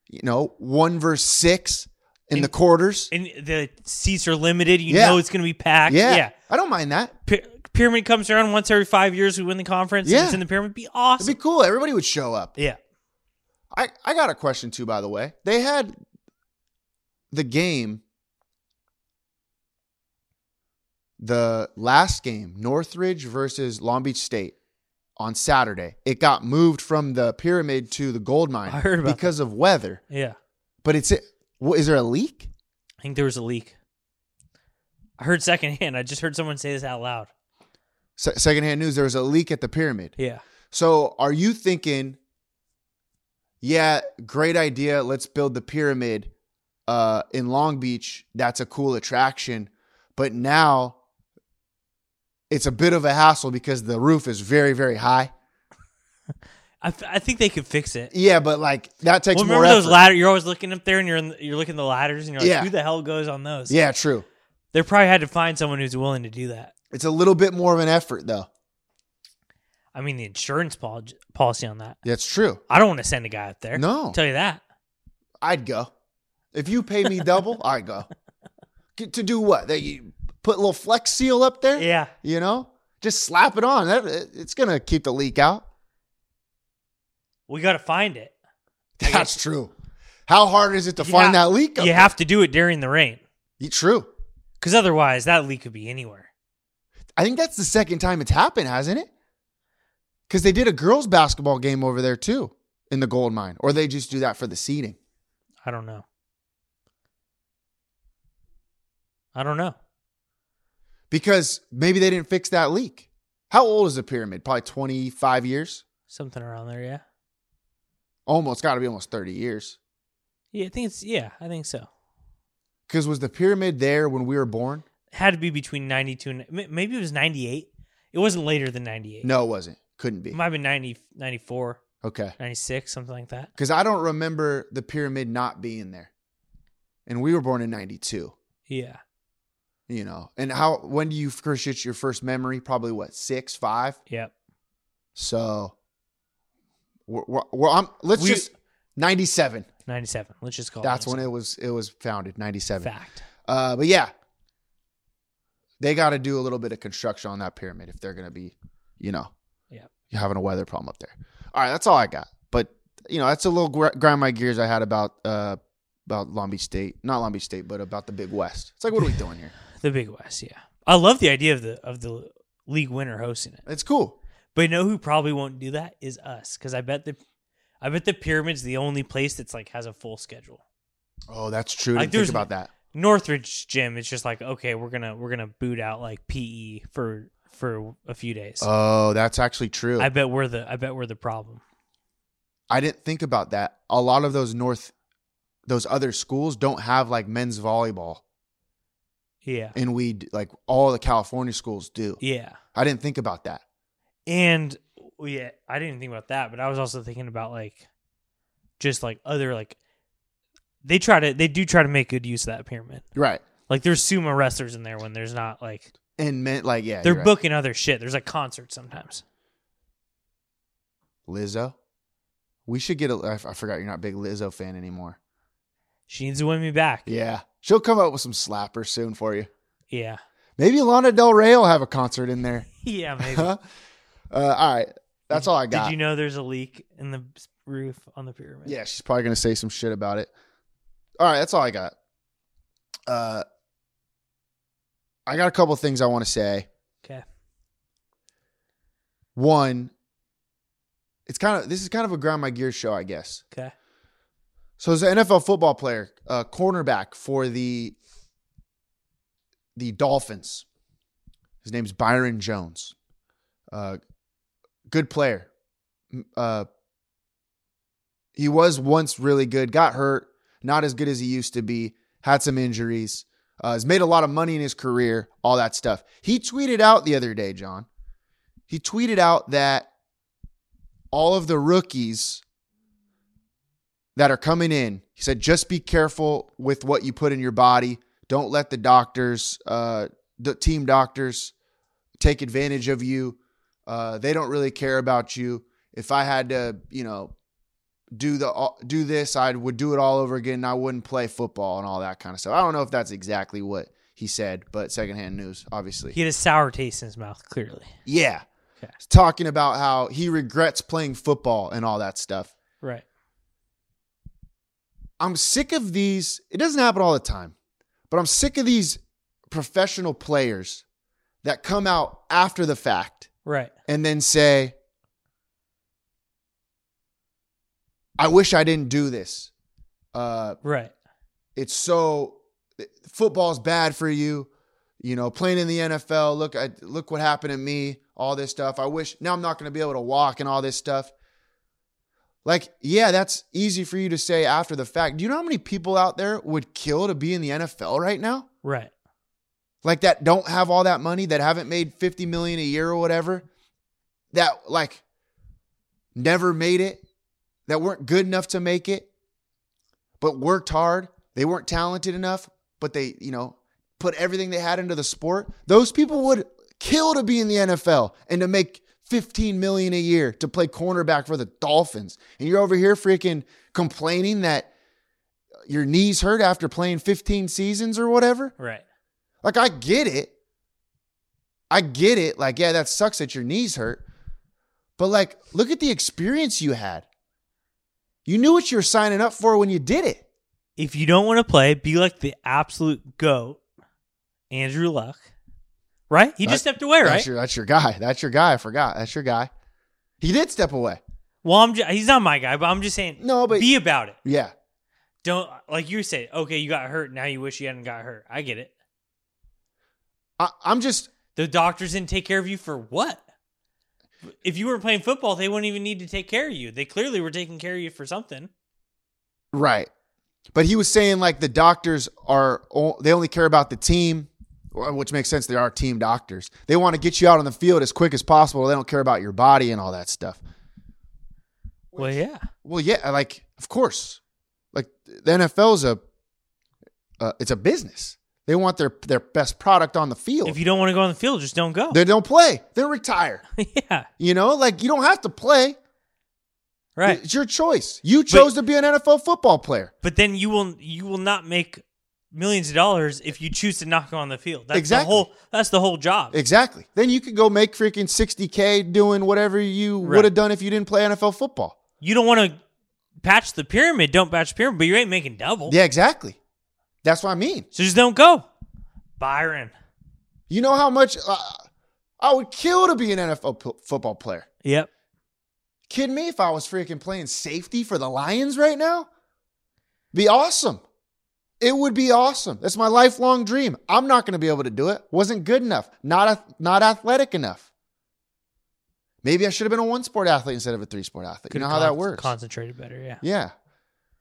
B: you know, one versus six in the quarters.
C: and the seats are limited. You
B: Yeah.
C: know it's going to be <laughs> packed.
B: yeah,
C: yeah.
B: I don't mind that.
C: Py- pyramid comes around once every five years. We win the conference.
B: Yeah.
C: And it's in the pyramid. Be
B: It'd
C: awesome.
B: be cool. Everybody would show up.
C: yeah.
B: I, I got a question too, by the way. They had the game, the last game, Northridge versus Long Beach State on Saturday. It got moved from the pyramid to the gold mine
C: <laughs> I heard about
B: because of weather.
C: Yeah.
B: But it's what, is there a leak?
C: I think there was a leak. I heard secondhand. I just heard someone say this out loud.
B: Se- secondhand news. There was a leak at the pyramid.
C: Yeah.
B: So are you thinking, yeah, great idea. Let's build the pyramid uh, in Long Beach. That's a cool attraction. But now it's a bit of a hassle because the roof is very, very high.
C: I, f- I think they could fix it.
B: Yeah, but like that takes
C: Well,
B: more
C: remember
B: effort.
C: those ladder? You're always looking up there, and you're in the, you're looking at the ladders, and you're like,
B: Yeah.
C: "Who the hell goes on those?"
B: yeah, true.
C: they probably had to find someone who's willing to do that.
B: It's a little bit more of an effort, though.
C: I mean, the insurance pol- policy on that.
B: That's true.
C: I don't want to send a guy up there.
B: No.
C: tell you that.
B: I'd go. If you pay me double, I'd
C: <laughs>
B: go. Get to do what? That you put a little flex seal up there?
C: Yeah.
B: You know? Just slap it on. That it's gonna keep
C: <laughs>
B: the leak out.
C: We got to find it.
B: That's true. How hard is it to find
C: ha-
B: that leak? up
C: You have to do it during the rain
B: there? True.
C: because otherwise that leak could be anywhere.
B: I think that's the second time it's happened, hasn't it? Because they did a girls' basketball game over there too in the gold mine, or they just do that for the seating.
C: I don't know. I don't know.
B: Because maybe they didn't fix that leak. How old is the pyramid? Probably 25 years?
C: Something around there, yeah.
B: Almost, got to be almost 30 years.
C: Yeah, I think it's yeah, I think so.
B: Because was the pyramid there when we were born?
C: had to be between 92 and m- maybe it was 98. It wasn't later than 98.
B: No, it wasn't. Couldn't be.
C: It might have been 90, 94,
B: Okay.
C: 96, something like that.
B: Because I don't remember the pyramid not being there. And we were born in 92,
C: Yeah.
B: you know. And how, when do you first get your first memory? Probably what, six, five?
C: Yep.
B: So, we're, we're, we're I'm, let's
C: We-
B: just 97.
C: 97. Let's just call
B: That's
C: it.
B: when it was it was founded, 97.
C: Fact.
B: Uh, but yeah, they got to do a little bit of construction on that pyramid if they're going to be, you know,
C: Yeah.
B: you're having a weather problem up there. All right, that's all I got. But you know, that's a little gr- grind my gears I had about uh about Long Beach State, not Long Beach State, but about the Big West. It's like,
C: <laughs>
B: what are we doing here?
C: The Big West, yeah. I love the idea of the of the league winner hosting it.
B: It's cool.
C: But you know who probably won't do that is us cuz I bet the I bet the pyramid's the only place that's like has a full schedule.
B: Oh, that's true. I
C: Like,
B: didn't think
C: there's-
B: about that.
C: Northridge gym it's just like okay, we're going to we're going to boot out like PE for for a few days.
B: Oh, that's actually true.
C: I bet we're the I bet we're the problem.
B: I didn't think about that. A lot of those north, those other schools don't have like men's volleyball,
C: Yeah.
B: and we d- like all the California schools do.
C: Yeah.
B: I didn't think about that.
C: And yeah, I didn't think about that, but I was also thinking about like just like other like they try to they do try to make good use of that pyramid.
B: Right.
C: Like there's sumo wrestlers in there when there's not like
B: And meant like yeah,
C: they're
B: you're right.
C: booking other shit. There's like concerts sometimes.
B: Lizzo. We should get a. I f- I forgot you're not a big Lizzo fan anymore.
C: She needs to win me back.
B: Yeah, she'll come up with some slappers soon for you.
C: Yeah. <laughs>
B: Maybe Lana Del Rey will have a concert in there.
C: Yeah,
B: <laughs>
C: maybe.
B: Huh? uh, all right, that's all I got.
C: Did you know there's a leak in the roof on the pyramid?
B: Yeah, she's probably gonna say some shit about it. All right, that's all I got. Uh, I got a couple things I want to say.
C: Okay.
B: One, it's kind of this is kind of a ground my gear show, I guess.
C: Okay.
B: So as an NFL football player, uh, cornerback for the the Dolphins. His name's Byron Jones. Uh, good player. M- Uh, he was once really good. Got hurt. Not as good as he used to be. Had some injuries. Uh, has made a lot of money in his career. All that stuff. He tweeted out the other day, John. He tweeted out that all of the rookies that are coming in. He said, just be careful with what you put in your body. Don't let the doctors, uh, the team doctors, take advantage of you. Uh, they don't really care about you. If I had to, you know, do the uh, do this, I would do it all over again. And I wouldn't play football and all that kind of stuff. I don't know if that's exactly what he said, but secondhand news, obviously.
C: He had a sour taste in his mouth, clearly.
B: yeah,
C: Okay.
B: talking about how he regrets playing football and all that stuff.
C: Right.
B: I'm sick of these. It doesn't happen all the time, but I'm sick of these professional players that come out after the fact
C: Right.
B: and then say, I wish I didn't do this. Uh,
C: Right.
B: it's so football's bad for you. You know, playing in the NFL. Look, I, look what happened to me. All this stuff. I wish now I'm not going to be able to walk and all this stuff. Like, yeah, that's easy for you to say after the fact. Do you know how many people out there would kill to be in the NFL right now?
C: Right.
B: Like that don't have all that money that haven't made 50 million a year or whatever. That like never made it, that weren't good enough to make it, but worked hard. They weren't talented enough, but they, you know, put everything they had into the sport. Those people would kill to be in the NFL and to make 15 million a year to play cornerback for the Dolphins. And you're over here freaking complaining that your knees hurt after playing 15 seasons or whatever.
C: Right.
B: Like I get it. I get it. Like yeah, that sucks that your knees hurt. But like look at the experience you had. You knew what you were signing up for when you did it.
C: If you don't want to play, be like the absolute goat, Andrew Luck. Right? He just
B: That-
C: stepped away, right?
B: That's your, that's your guy. That's your guy. I forgot. That's your guy. He did step away.
C: Well, I'm just, he's not my guy, but I'm just saying.
B: No, but-
C: be about it.
B: Yeah.
C: Don't like you say. Okay, you got hurt. Now you wish you hadn't got hurt. I get it.
B: I, I'm just
C: The doctors didn't take care of you for what? If you weren't playing football, they wouldn't even need to take care of you. They clearly were taking care of you for something.
B: right. But he was saying like the doctors are o- they only care about the team, wh- which makes sense. They are team doctors. They want to get you out on the field as quick as possible. They don't care about your body and all that stuff.
C: Well, yeah.
B: Well, yeah, like of course, like the NFL's a uh, it's a business. They want their their best product on the field.
C: If you don't want to go on the field, just don't go.
B: <laughs> they don't play, they retire.
C: <laughs> yeah.
B: You know, like you don't have to play.
C: Right.
B: It's your choice. You chose to be an NFL football player.
C: but then you will you will not make millions of dollars if you choose to not go on the field. That's
B: Exactly.
C: the whole that's the whole job.
B: Exactly. Then you could go make freaking 60K doing whatever you
C: Right.
B: would have done if you didn't play NFL football.
C: you don't want to patch the pyramid, don't patch the pyramid, but you ain't making double.
B: Yeah, exactly. That's what I mean.
C: So just don't go. Byron.
B: You know how much uh, I would kill to be an NFL po- football player?
C: Yep.
B: Kid me if I was freaking playing safety for the Lions right now? Be awesome. It would be awesome. That's my lifelong dream. I'm not going to be able to do it. Wasn't good enough. Not ath- not athletic enough. Maybe I should have been a one sport athlete instead of a three sport athlete. you know how that works.
C: Concentrated better, yeah.
B: Yeah.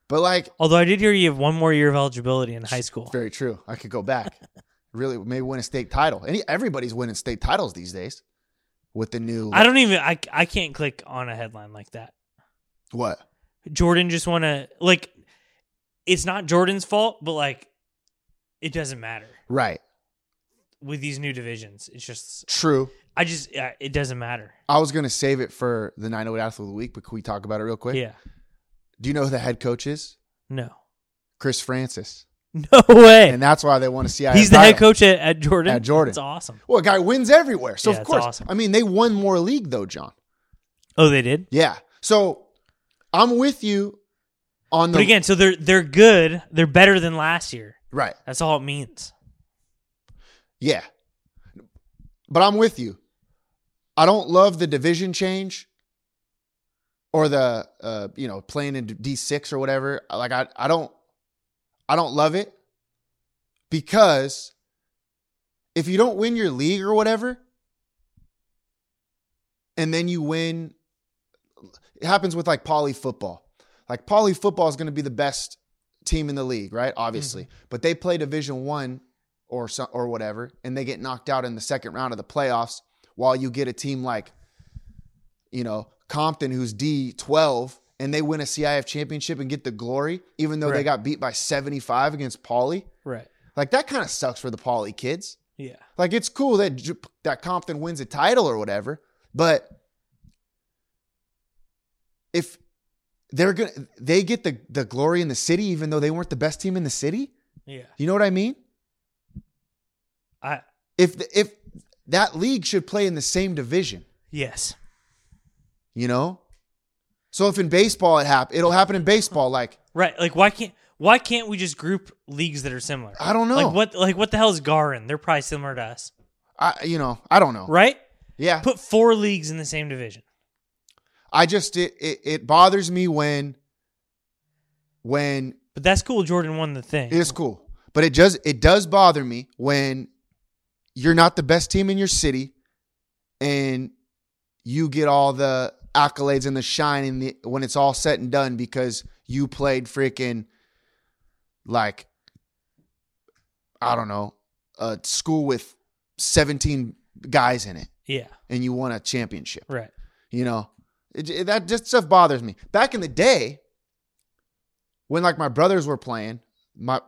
B: But like
C: Although I did hear you have one more year of eligibility in high school.
B: very true. I could go
C: <laughs>
B: back. really maybe win a state title. Any everybody's winning state titles these days with the new
C: I don't even I I can't click on a headline like that.
B: what?
C: Jordan just want to like it's not Jordan's fault, but like it doesn't matter
B: Right.
C: with these new divisions. It's just
B: True.
C: I just uh, it doesn't matter.
B: I was gonna save it for the 908 athlete of the week, but can we talk about it real quick?
C: Yeah.
B: Do you know who the head coach is?
C: No. <laughs>
B: Chris Francis.
C: No way.
B: And that's why they want to see
C: He's the head coach at, at Jordan.
B: At Jordan.
C: It's awesome.
B: Well, a guy wins everywhere. So
C: Yeah,
B: of
C: it's
B: course.
C: awesome.
B: I mean, they won more league though, John.
C: Oh, they did.
B: Yeah. So I'm with you on the
C: But again, so they're they're good. They're better than last year.
B: right.
C: That's all it means.
B: Yeah. But I'm with you. I don't love the division change or the uh you know playing in D6 or whatever. Like I I don't I don't love it because if you don't win your league or whatever and then you win it happens with like poly football. Like poly football is going to be the best team in the league, right? Obviously. But they play division 1 or so, or whatever, and they get knocked out in the second round of the playoffs. While you get a team like, you know, Compton, who's D twelve, and they win a CIF championship and get the glory, even though they
C: Right.
B: got beat by seventy five against Pauley.
C: Right.
B: Like that kind of sucks for the Pauley kids.
C: Yeah.
B: Like it's cool that Ju- that Compton wins a title or whatever, but if they're gonna they get the the glory in the city, even though they weren't the best team in the city.
C: Yeah.
B: You know what I mean?
C: I
B: if the, if that league should play in the same division,
C: yes.
B: you know. So if in baseball it hap- it'll happen in baseball. Like
C: Right. Like why can't why can't we just group leagues that are similar?
B: I don't know.
C: Like what like what the hell is Garin? They're probably similar to us.
B: I, you know, I don't know.
C: Right?
B: Yeah,
C: Put four leagues in the same division.
B: I just it, it it bothers me when when
C: But that's cool Jordan won the thing.
B: it's cool, but it just it does bother me when you're not the best team in your city, and you get all the accolades and the shine in the when it's all said and done because you played freaking like I don't know a school with 17 guys in it
C: yeah.
B: and you won a championship
C: Right.
B: you know it, it- that just stuff bothers me back in the day when like my brothers were playing my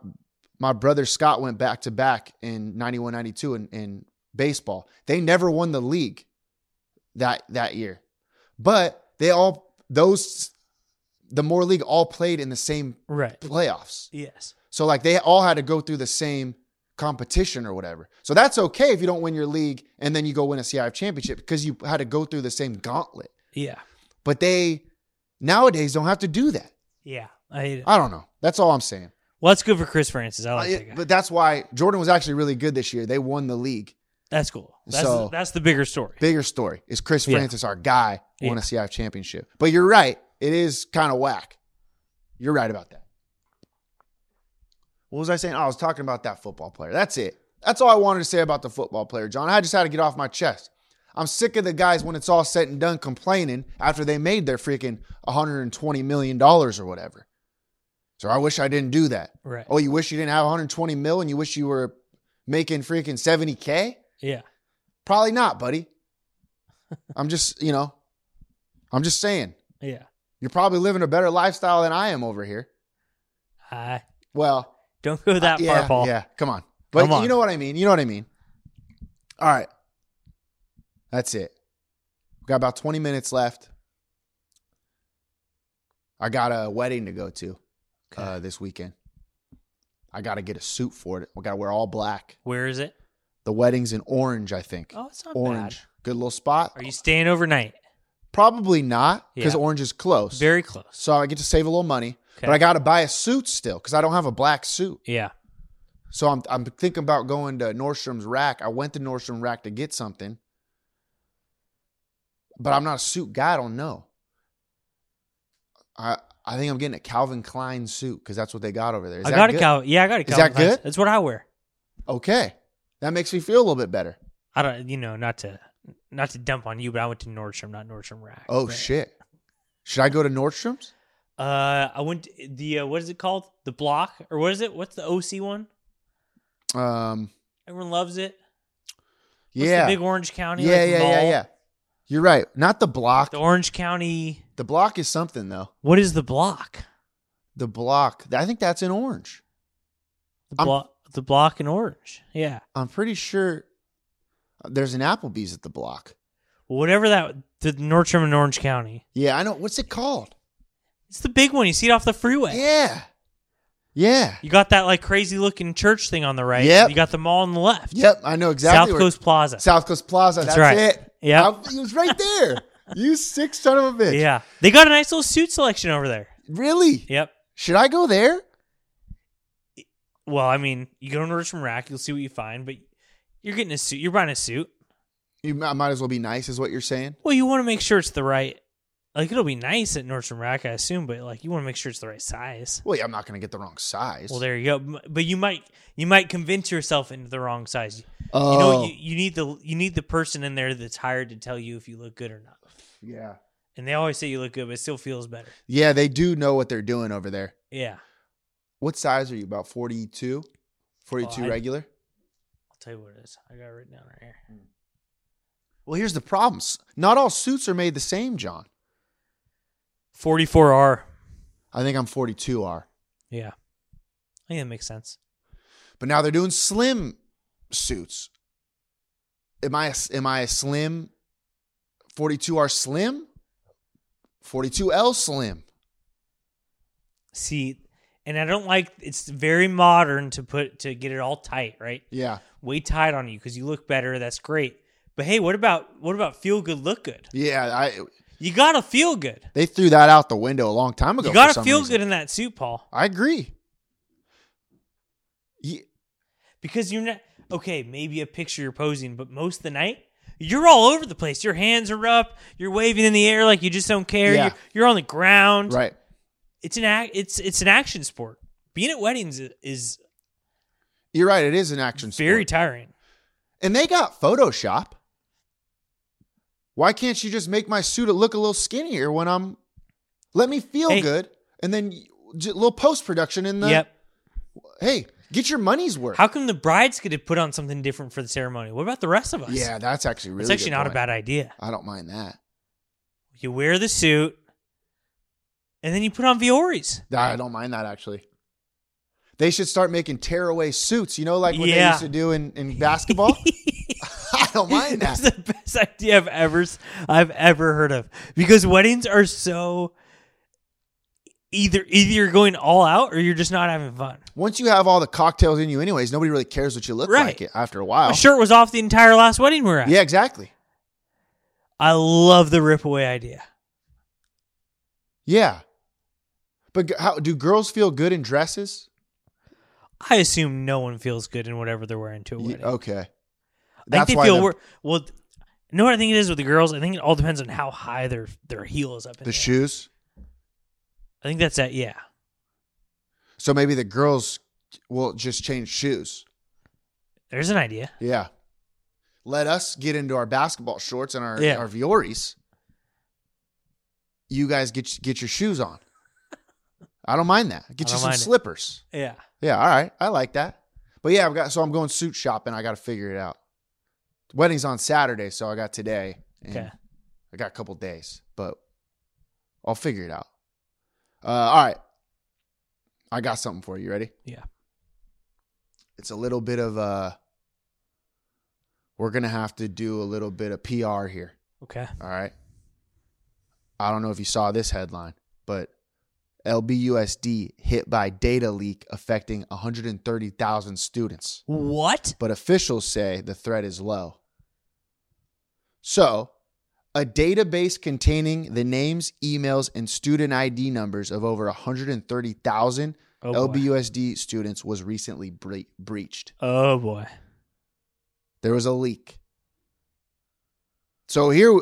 B: my brother scott went back to back in 91 92 in, in baseball they never won the league that that year but they all those the more league all played in the same
C: Right.
B: playoffs
C: Yes.
B: so like they all had to go through the same competition or whatever. So that's okay if you don't win your league and then you go win a CIF championship because you had to go through the same gauntlet.
C: Yeah.
B: But they nowadays don't have to do that.
C: Yeah. I,
B: I don't know. That's all I'm saying.
C: well, that's good for Chris Francis. I like
B: I-
C: that guy.
B: Uh, but that's why Jordan was actually really good this year. They won the league.
C: That's cool. That's,
B: So-
C: that's the bigger story.
B: Bigger story is Chris
C: Yeah.
B: Francis, our guy, won
C: Yeah.
B: a CIF championship. But you're right. It is kind of whack. You're right about that. What was I saying? Oh, I was talking about that football player. That's it. That's all I wanted to say about the football player, John. I just had to get off my chest. I'm sick of the guys when it's all said and done complaining after they made their freaking $120 million or whatever. So I wish I didn't do that.
C: Right.
B: Oh, you wish you didn't have 120 mil and you wish you were making freaking 70K?
C: Yeah.
B: Probably not, buddy. I'm just, you know, I'm just saying.
C: Yeah.
B: You're probably living a better lifestyle than I am over here.
C: I
B: Well,
C: don't go that
B: Uh, yeah,
C: far, Paul.
B: yeah, come on. But
C: Come on.
B: you know what I mean. You know what I mean. All right. That's it. We got about 20 minutes left. I got a wedding to go to uh, this weekend. I got to get a suit for it. I got to wear all black.
C: Where is it?
B: The wedding's in orange, I think.
C: Oh, it's not
B: orange.
C: bad.
B: Good little spot.
C: Are you staying overnight?
B: Probably not because
C: Yeah.
B: orange is close.
C: Very close.
B: so I get to save a little money, but
C: Okay.
B: I got to buy a suit still because I don't have a black suit.
C: Yeah.
B: So I'm I'm thinking about going to Nordstrom's Rack. I went to Nordstrom Rack to get something, but I'm not a suit guy. I don't know. I I think I'm getting a Calvin Klein suit because that's what they got over there. Is
C: I
B: that
C: got a
B: good?
C: cow. Yeah, I got a cow.
B: Is that good?
C: That's what I wear.
B: Okay, that makes me feel a little bit better.
C: I don't, you know, not to, not to dump on you, but I went to Nordstrom, not Nordstrom Rack.
B: Oh
C: But,
B: shit! Should I go to Nordstrom's?
C: Uh, I went to the uh, what is it called? The Block or what is it? What's the OC one?
B: Um,
C: Everyone loves it. What's
B: yeah,
C: the big Orange County.
B: yeah,
C: like,
B: yeah, yeah,
C: mall?
B: yeah. You're right. Not the block.
C: The Orange County.
B: The block is something though.
C: What is the Block?
B: The block. I think that's in orange.
C: The
B: I'm-
C: block. The Block in Orange. Yeah.
B: I'm pretty sure uh, there's an Applebee's at the block.
C: Whatever that the Nordstrom in Orange County.
B: Yeah, I know. What's it called?
C: It's the big one. You see it off the freeway.
B: Yeah. Yeah.
C: You got that like crazy looking church thing on the right.
B: Yep.
C: You got the mall on the left.
B: Yep, I know exactly.
C: South
B: where-
C: Coast Plaza.
B: South Coast Plaza. That's,
C: That's right.
B: it.
C: Yep.
B: I- It was right
C: <laughs>
B: there. you sick son of a bitch.
C: Yeah. They got a nice little suit selection over there.
B: Really?
C: Yep.
B: Should I go there?
C: Well, I mean, you go to Nordstrom Rack, you'll see what you find, but you're getting a suit. You're buying a suit.
B: You mi- might as well be nice, is what you're saying.
C: Well, you want to make sure it's the right. Like it'll be nice at Nordstrom Rack, I assume, but like you want to make sure it's the right size.
B: Well, yeah, I'm not going to get the wrong size.
C: Well, there you go. M- But you might you might convince yourself into the wrong size.
B: oh,
C: You know, you, you need the you need the person in there that's hired to tell you if you look good or not.
B: Oh, yeah.
C: And they always say you look good, but it still feels better.
B: Yeah, they do know what they're doing over there.
C: Yeah,
B: What size are you? About 42? 42
C: Oh, I-
B: regular?
C: I'll tell you what it is. I got it written down right here.
B: Well, here's the problem. S- Not all suits are made the same, John.
C: Forty four R.
B: I think I'm 42R.
C: Yeah, I think that makes sense.
B: But now they're doing slim suits. Am I a, s- am I a slim 42R slim? 42L slim.
C: See, and I don't like. It's very modern to put to get it all tight, right?
B: Yeah.
C: Way tight on you because you look better. That's great. But hey, what about what about feel good, look good?
B: Yeah, I
C: You gotta feel good.
B: they threw that out the window a long time ago.
C: You
B: for
C: gotta
B: some
C: feel
B: reason.
C: good in that suit, Paul,
B: I agree. Ye-
C: because you're not okay. Maybe a picture you're posing, but most of the night. You're all over the place. Your hands are up. You're waving in the air like you just don't care.
B: Yeah.
C: You're, you're on the ground.
B: Right.
C: it's an act it's it's an action sport being at weddings i- is
B: You're right. It is an action sport.
C: very tiring
B: And they got Photoshop. Why can't you just make my suit look a little skinnier when I'm? Let me feel
C: Hey.
B: good, and then y- j- little post production in the.
C: yep
B: Hey, get your money's worth.
C: how come the bride's gonna put on something different for the ceremony what about the rest of us
B: yeah, that's actually really.
C: it's actually
B: good
C: not a
B: point.
C: bad idea
B: I don't mind that.
C: you wear the suit and then you put on Vioris.
B: I don't mind that actually. They should start making tearaway suits. You know, like what they
C: Yeah.
B: used to do in, in basketball.
C: <laughs>
B: <laughs> I don't mind <laughs>
C: That's
B: that.
C: the best idea I've ever s- I've ever heard of. Because weddings are so either either you're going all out or you're just not having fun.
B: Once you have all the cocktails in you, anyways, nobody really cares what you look
C: Right.
B: like after a while.
C: My shirt was off the entire last wedding we we're at.
B: Oh. Yeah, exactly.
C: I love the rip away idea.
B: Yeah. But g- how do girls feel good in dresses?
C: I assume no one feels good in whatever they're wearing to a
B: Ye-
C: wedding.
B: okay.
C: I think they
B: the-
C: feel wor- well. th- You know what I think it is with the girls? I think it all depends on how high their their heel is up. In
B: the
C: there.
B: shoes.
C: I think that's that. Yeah,
B: So maybe the girls will just change shoes.
C: there's an idea.
B: Yeah. Let us get into our basketball shorts and our
C: Yeah.
B: our Vioris. You guys get get your shoes on. I don't mind that. Get
C: I
B: you
C: don't
B: some
C: mind it.
B: slippers.
C: Yeah,
B: Yeah, all right. I like that. But yeah, I've got so I'm going suit shopping. I got to figure it out. Wedding's on Saturday, so I got today. and
C: Okay.
B: I got a couple days, but I'll figure it out. Uh, all right. I got something for you. You Ready?
C: Yeah.
B: It's a little bit of uh we're going to have to do a little bit of PR here.
C: okay.
B: All right. I don't know if you saw this headline, but LBUSD hit by data leak affecting 130,000 students.
C: What?
B: But officials say the threat is low. So, a database containing the names, emails, and student ID numbers of over 130,000
C: Oh, boy.
B: LBUSD students was recently bre- breached.
C: Oh boy.
B: There was a leak. So here,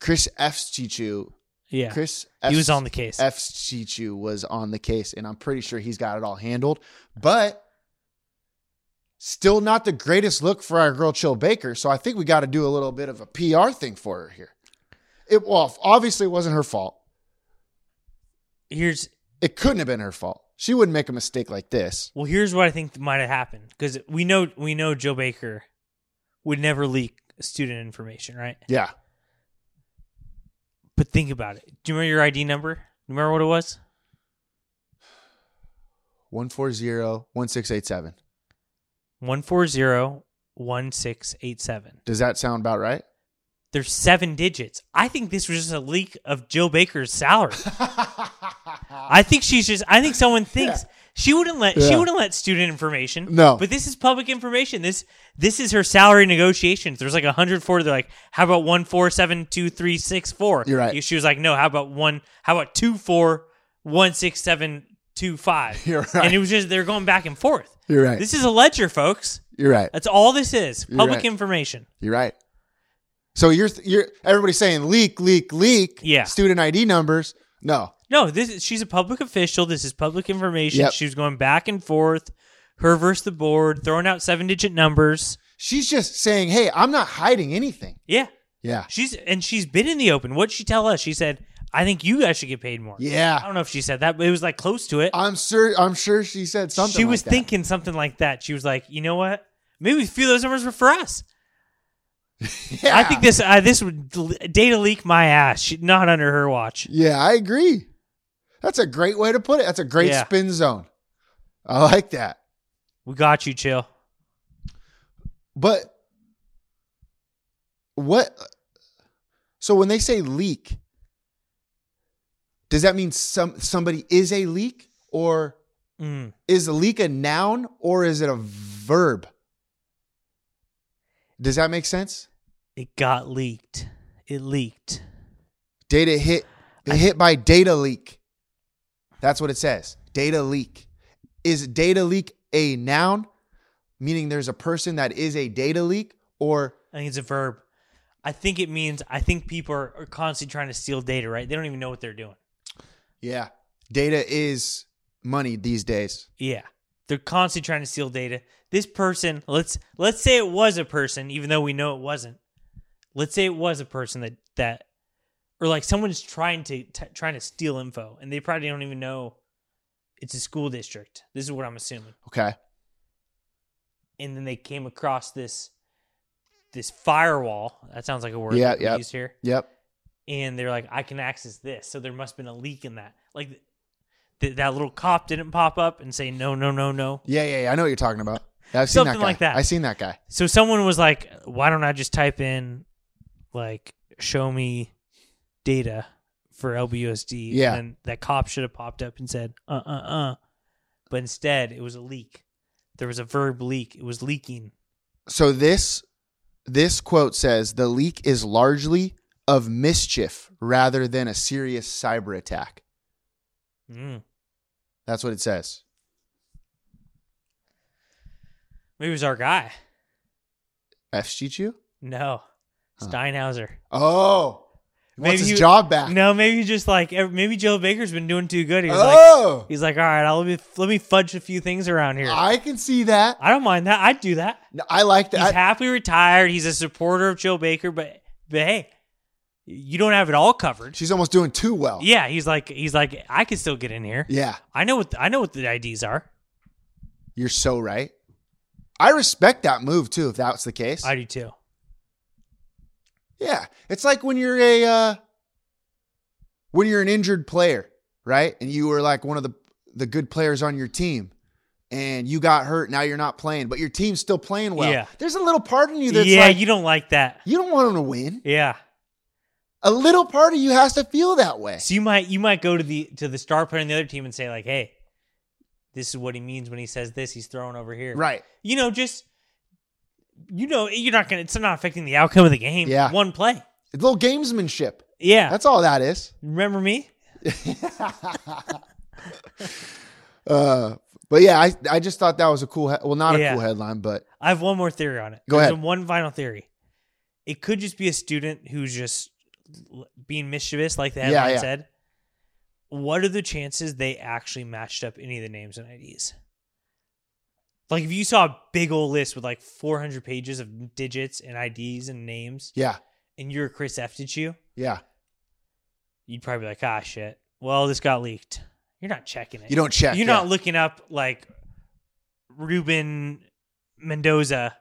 B: Chris Fstichu,
C: Yeah.
B: Chris,
C: He was on the case.
B: Fstichu was on the case, and I'm pretty sure he's got it all handled. But still, not the greatest look for our girl Chill Baker. So I think we got to do a little bit of a PR thing for her here. It well, obviously, it wasn't her fault.
C: Here's
B: It couldn't have been her fault. She wouldn't make a mistake like this.
C: well. Here's what I think might have happened because we know we know Joe Baker would never leak student information, right?
B: Yeah,
C: But think about it. Do you remember your ID number? Do you remember what it was?
B: one four zero one six eight seven.
C: One four zero one six eight seven.
B: Does that sound about right?
C: There's seven digits. I think this was just a leak of Joe
B: <laughs>
C: Baker's salary. I think she's just. I think someone thinks she wouldn't let she
B: Yeah.
C: wouldn't let student information.
B: No.
C: but this is public information. This this is her salary negotiations. There's like 104. They're like, how about one four seven two three six four?
B: You're right.
C: She was like, no. How about one? How about two four one six seven two five?
B: <laughs> You're right.
C: And it was just they're going back and forth.
B: You're right.
C: This is a ledger, folks.
B: You're right.
C: That's all this is.
B: You're
C: Public
B: right.
C: information.
B: You're right. So you're you're everybody's saying leak, leak, leak.
C: Yeah.
B: Student ID numbers. No.
C: No, this is, she's a public official. This is public information.
B: Yep.
C: She was going back and forth, her versus the board, throwing out seven digit numbers.
B: She's just saying, hey, I'm not hiding anything.
C: Yeah,
B: Yeah.
C: she's and she's been in the open. What'd she tell us? She said, "I think you guys should get paid more." I
B: Yeah.
C: don't know if she said that, but it was like close to it.
B: I'm sure I'm sure she said something.
C: she
B: like
C: was
B: that.
C: thinking something like that. She was like, "You know what? Maybe a few of those numbers were for us."
B: Yeah.
C: I think this uh, this would data leak my ass. She, not under her watch.
B: Yeah, I agree. That's a great way to put it. That's a great
C: Yeah.
B: spin zone. I like that.
C: We got you, chill.
B: But what so when they say leak, does that mean some somebody is a leak or
C: Mm.
B: is a leak a noun or is it a verb? Does that make sense?
C: It got leaked. It leaked.
B: Data hit hit by data leak. That's what it says. Data leak. Is data leak a noun? Meaning there's a person that is a data leak or
C: I think it's a verb. I think it means I think people are, are constantly trying to steal data, right? They don't even know what they're doing.
B: yeah, data is money these days.
C: Yeah. They're constantly trying to steal data. This person, let's let's say it was a person, even though we know it wasn't. Let's say it was a person that that or like someone's trying to t- trying to steal info and they probably don't even know it's a school district. This is what I'm assuming.
B: Okay.
C: And then they came across this this firewall. That sounds like a word
B: Yeah,
C: that we
B: yeah.
C: used here.
B: Yep.
C: and they're like, I can access this. So there must have been a leak in that. Like th- that little cop didn't pop up and say, no, no, no, no.
B: Yeah, yeah, yeah. I know what you're talking about. I've seen that
C: Something
B: guy.
C: like that.
B: I've seen that guy.
C: So someone was like, why don't I just type in, like, show me data for LBUSD?
B: Yeah.
C: And then that cop should have popped up and said, uh, uh, uh. But instead, it was a leak. There was a verb leak. It was leaking.
B: so this this quote says the leak is largely of mischief rather than a serious cyber attack.
C: Mm.
B: That's what it says.
C: Maybe it was our guy.
B: FGQ?
C: No, Steinhauser.
B: Oh, he wants his
C: he-
B: job back.
C: No, maybe he's just like ev- maybe Joe Baker's been doing too good. He's like,
B: oh,
C: he's like, all right, I'll let me let me fudge a few things around here. I,
B: I can see that.
C: don't mind that. I'd do that.
B: No, I like
C: He's
B: that.
C: happily retired. He's a supporter of Joe Baker, but but hey, you don't have it all covered.
B: She's almost doing too well.
C: Yeah, he's like he's like I could still get in here.
B: Yeah,
C: I know what I know what the IDs are.
B: you're so right. I respect that move too. If that's the case,
C: I do too.
B: yeah, it's like when you're a uh, when you're an injured player, right? And you were like one of the the good players on your team, and you got hurt. Now you're not playing, but your team's still playing well.
C: Yeah.
B: there's a little part in you that's
C: Yeah,
B: like
C: you don't like that.
B: you don't want them to win.
C: Yeah.
B: A little part of you has to feel that way.
C: So you might you might go to the to the star player on the other team and say like, "Hey, this is what he means when he says this. He's throwing over here."
B: Right.
C: You know, just you know, you're not gonna. It's not affecting the outcome of the game.
B: Yeah.
C: One play.
B: It's a little gamesmanship.
C: Yeah.
B: That's all that is.
C: Remember me?
B: Uh, but yeah, I I just thought that was a cool. He- well, not a
C: Yeah.
B: cool headline, but
C: I have one more theory on it.
B: Go
C: There's
B: ahead.
C: One final theory. It could just be a student who's just l- being mischievous, like the
B: Yeah,
C: headline
B: yeah.
C: said. What are the chances they actually matched up any of the names and IDs? Like, if you saw a big old list with like 400 pages of digits and IDs and names,
B: yeah,
C: and you're Chris F, did you?
B: yeah.
C: You'd probably be like, ah, shit. Well, this got leaked. You're not checking it.
B: You don't check.
C: You're
B: yeah.
C: not looking up like Ruben Mendoza.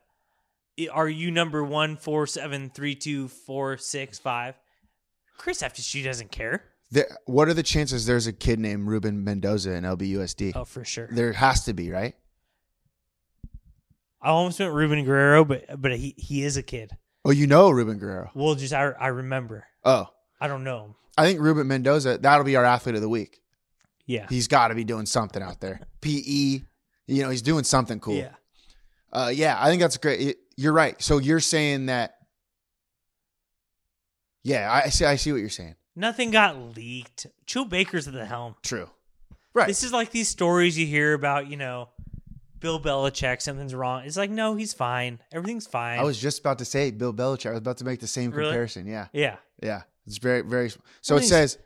C: I- Are you number one four seven three two four six five? Chris after she doesn't care.
B: There- what are the chances there's a kid named Ruben Mendoza in LBUSD?
C: Oh, for sure.
B: There has to be, right?
C: I almost went Ruben Guerrero, but but he he is a kid.
B: Oh, you know Ruben Guerrero.
C: Well, just I I remember.
B: Oh,
C: I don't know. him.
B: I think Ruben Mendoza. That'll be our athlete of the week.
C: Yeah.
B: He's got to be doing something out
C: <laughs>
B: there. PE. You know, he's doing something cool.
C: Yeah.
B: Uh, yeah, I think that's great. It- You're right. So you're saying that. Yeah, I I see. I see what you're saying.
C: Nothing got leaked. Joe Baker's at the helm.
B: True. Right.
C: This is like these stories you hear about, you know, Bill Belichick, something's wrong. It's like, no, he's fine. Everything's fine.
B: I was just about to say Bill Belichick. I was about to make the same
C: Really?
B: comparison. Yeah,
C: yeah.
B: yeah. It's very, very. So
C: Well,
B: it
C: he's-
B: says,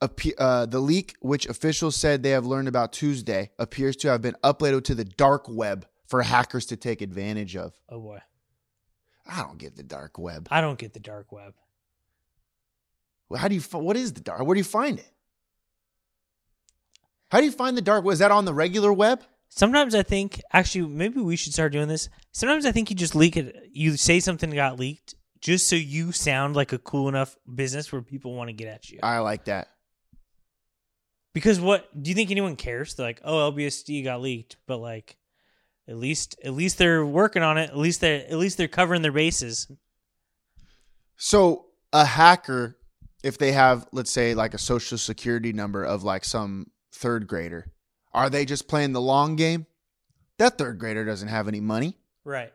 B: "Appe- uh, the leak, which officials said they have learned about Tuesday, appears to have been uploaded to the dark web for hackers to take advantage of.
C: Oh boy.
B: I don't get the dark web.
C: I don't get the dark web.
B: How do you? fi- What is the dark? Where do you find it? How do you find the dark? Was that on the regular web?
C: Sometimes I think actually maybe we should start doing this. Sometimes I think you just leak it. You say something got leaked just so you sound like a cool enough business where people want to get at you.
B: I like that.
C: because what do you think anyone cares? They're like, oh, LBSD got leaked, but like, at least at least they're working on it. At least they at least they're covering their bases.
B: So a hacker, if they have, let's say, like a social security number of like some third grader, are they just playing the long game? That third grader doesn't have any money.
C: Right.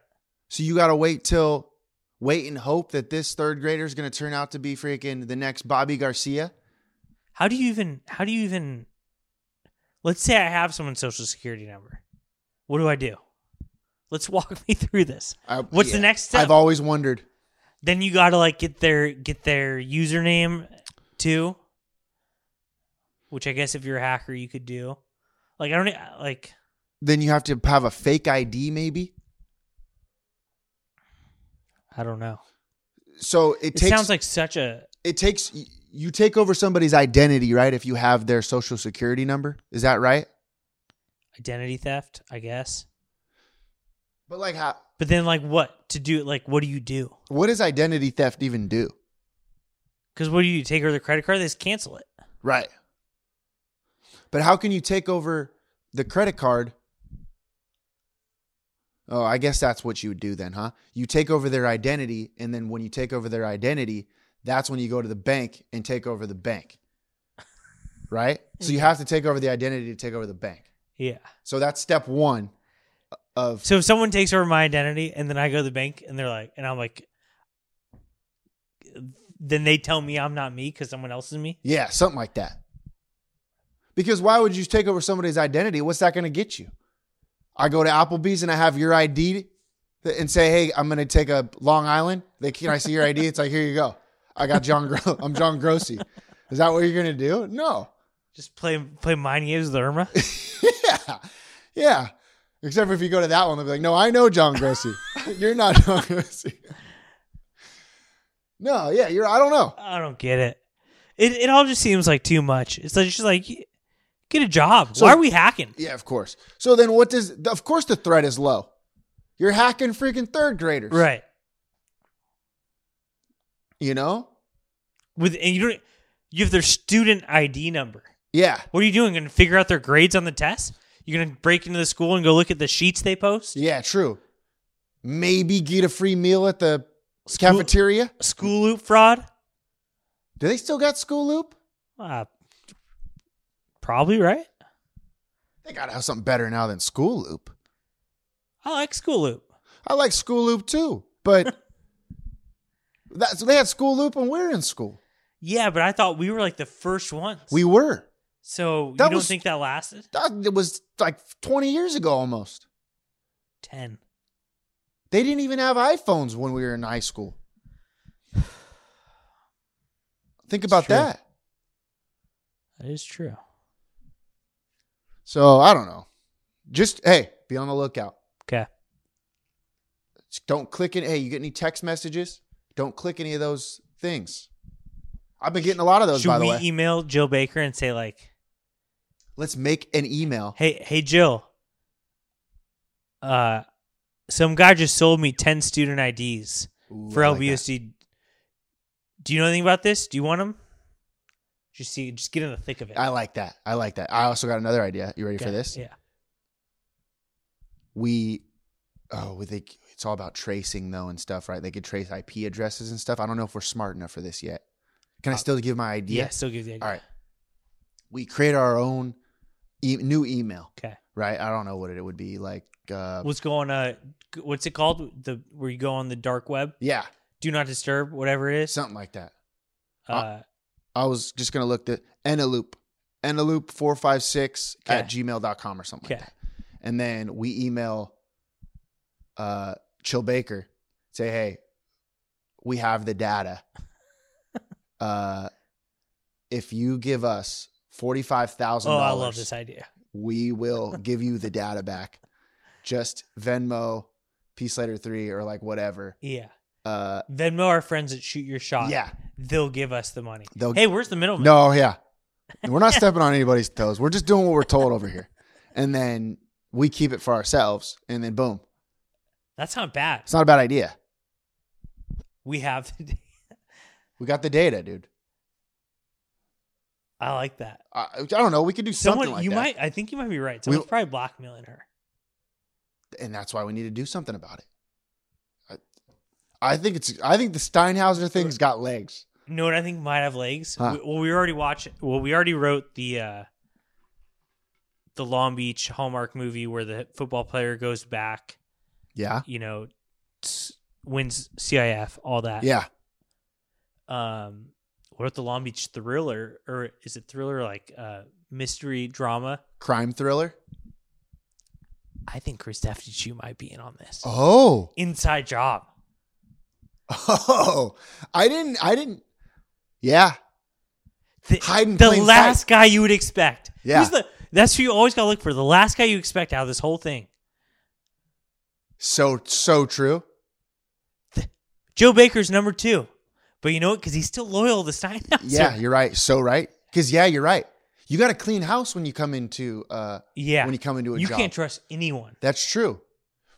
B: So you got to wait till, wait and hope that this third grader is going to turn out to be freaking the next Bobby Garcia.
C: How do you even? How do you even? Let's say I have someone's social security number. What do I do? Let's <laughs> walk me through this.
B: I-
C: What's the
B: Uh, yeah.
C: next step?
B: I've always wondered.
C: then you gotta like get their get their username too which i guess if you're a hacker you could do like i don't e- like
B: Then you have to have a fake ID, maybe.
C: i don't know
B: So it,
C: it
B: takes.
C: sounds like such a
B: it takes. You take over somebody's identity, right? If you have their social security number, is that right?
C: identity theft i guess
B: But like, how,
C: but then like what to do like what do you do
B: What does identity theft even do?
C: because what do you take over their credit card they just cancel it
B: Right. But how can you take over the credit card? Oh, I guess that's what you would do then, huh? You take over their identity, and then when you take over their identity, that's when you go to the bank and take over the bank. Right? So you have to take over the identity to take over the bank.
C: yeah
B: So that's step one of
C: so if someone takes over my identity and then i go to the bank and they're like and i'm like then they tell me i'm not me because someone else is me
B: yeah, something like that. Because why would you take over somebody's identity? What's that going to get you? I go to Applebee's and I have your ID th- and say, hey, I'm going to take a Long Island. They can I see your ID? It's like, here you go. I got John. Gro- <laughs> I'm John Grossi. Is that what you're going to do? No. <laughs>
C: Just play play mind games with Irma.
B: yeah. Yeah. Except for if you go to that one, they'll be like, no, I know John Grossi. <laughs> you're not John Grossi. No, yeah, you're, I don't know.
C: I don't get it. It it all just seems like too much. It's like, just like get a job. Why are we hacking?
B: Yeah, of course. So then what does, of course the threat is low. You're hacking freaking third graders.
C: Right.
B: You know?
C: With and you don't you have their student ID number.
B: Yeah.
C: What are you doing? Gonna figure out their grades on the test? You're gonna break into the school and go look at the sheets they post?
B: Yeah, true. Maybe get a free meal at the cafeteria.
C: School loop fraud?
B: Do they still got school loop?
C: Uh, probably right.
B: They gotta have something better now than school loop.
C: I like school loop.
B: I like school loop too, but that's they had school loop when we were in school.
C: Yeah, but I thought we were like the first ones.
B: We were.
C: so you
B: that
C: don't
B: was-
C: think that lasted?
B: That it was like 20 years ago almost.
C: Ten.
B: They didn't even have iPhones when we were in high school. Think about
C: true.
B: that.
C: That is true.
B: So I don't know. Just hey, be on the lookout.
C: Okay.
B: Just don't click it. Hey, you get any text messages? Don't click any of those things. I've been getting a lot of those,
C: Should
B: by the
C: we
B: way.
C: email Jill Baker and say like,
B: Let's make an email.
C: "Hey, hey, Jill, uh, some guy just sold me ten student IDs
B: Ooh,
C: for
B: I like
C: LBSD. Do you know anything about this? Do you want them? Just see, just get in the thick of it.
B: that. I like that. I like that. I also got another idea. You ready for
C: Okay,
B: this?
C: Yeah.
B: We, oh, we think it's all about tracing though and stuff, right? They could trace IP addresses and stuff. I don't know if we're smart enough for this yet. Can I still give my idea?
C: Yeah. Still give the idea.
B: All right. We create our own e- new email,
C: Okay.
B: right? I don't know what it would be like. Uh,
C: What's going? Uh, g- what's it called? The where you go on the dark web?
B: yeah,
C: Do not disturb. Whatever it is.
B: something like that.
C: uh,
B: I was just gonna look the Eneloop, Eneloop456 at
C: Okay.
B: gmail.com or something
C: okay.
B: like that. And then we email uh Chill Baker, say, hey, we have the data.
C: <laughs>
B: uh if you give us forty five thousand
C: Oh, I
B: dollars
C: love this idea.
B: we will give you the data back. Just Venmo, Peace Later Three, or like whatever.
C: Yeah.
B: Uh
C: Venmo our friends that shoot your shot.
B: yeah.
C: They'll give us the money.
B: They'll-
C: hey, where's the middleman?
B: No, yeah. We're not stepping on anybody's toes. We're just doing what we're told over here. And then we keep it for ourselves. And then boom.
C: That's not bad.
B: It's not a bad idea.
C: We have.
B: We got the data, dude.
C: <laughs> I like that.
B: I, I don't know. We could do
C: Someone
B: something like
C: you
B: that.
C: might. I think you might be right. Someone's
B: We-
C: probably blackmailing her.
B: And that's why we need to do something about it. I, I think it's I think the Steinhauser thing's got legs.
C: You know what I think might have legs?
B: Huh.
C: We- well, we already watched. Well, we already wrote the uh the Long Beach Hallmark movie where the football player goes back.
B: Yeah.
C: You know, s- wins CIF, all that.
B: Yeah.
C: Um, what if the Long Beach thriller, or is it thriller like uh mystery drama?
B: Crime thriller.
C: I think Chris Deftitude might be in on this.
B: Oh. <laughs>
C: Inside job.
B: Oh. I didn't I didn't Yeah.
C: The,
B: Hide in
C: the
B: plain
C: last
B: sight.
C: guy you would expect.
B: Yeah.
C: Who's the, that's who you always got to look for. The last guy you expect out of this whole thing.
B: So so true.
C: Joe Baker's number two. But you know what? Because he's still loyal to <laughs> Steinhauser.
B: Yeah, you're right. So right. Because yeah, you're right. You got to clean house when you come into uh
C: Yeah.
B: when you come into a
C: You
B: job.
C: can't trust anyone.
B: That's true.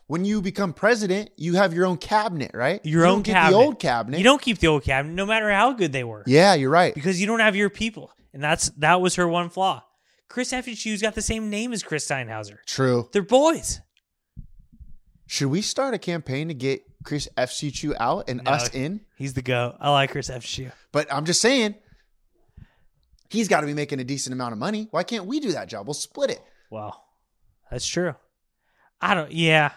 B: When you become president, you have your own cabinet, right?
C: Your
B: you
C: own
B: don't get
C: cabinet.
B: The old cabinet.
C: You don't keep the old cabinet, no matter how good they were.
B: Yeah, you're right.
C: Because you don't have your people. And that's that was her one flaw. Chris Effenchu's got the same name as Chris Steinhauser.
B: True.
C: They're boys.
B: Should we start a campaign to get Chris FC Chu out and
C: No.
B: us in?
C: He's the go. I like Chris Effenchu.
B: But I'm just saying, he's got to be making a decent amount of money. Why can't we do that job? We'll split it.
C: Wow. That's true. I don't yeah.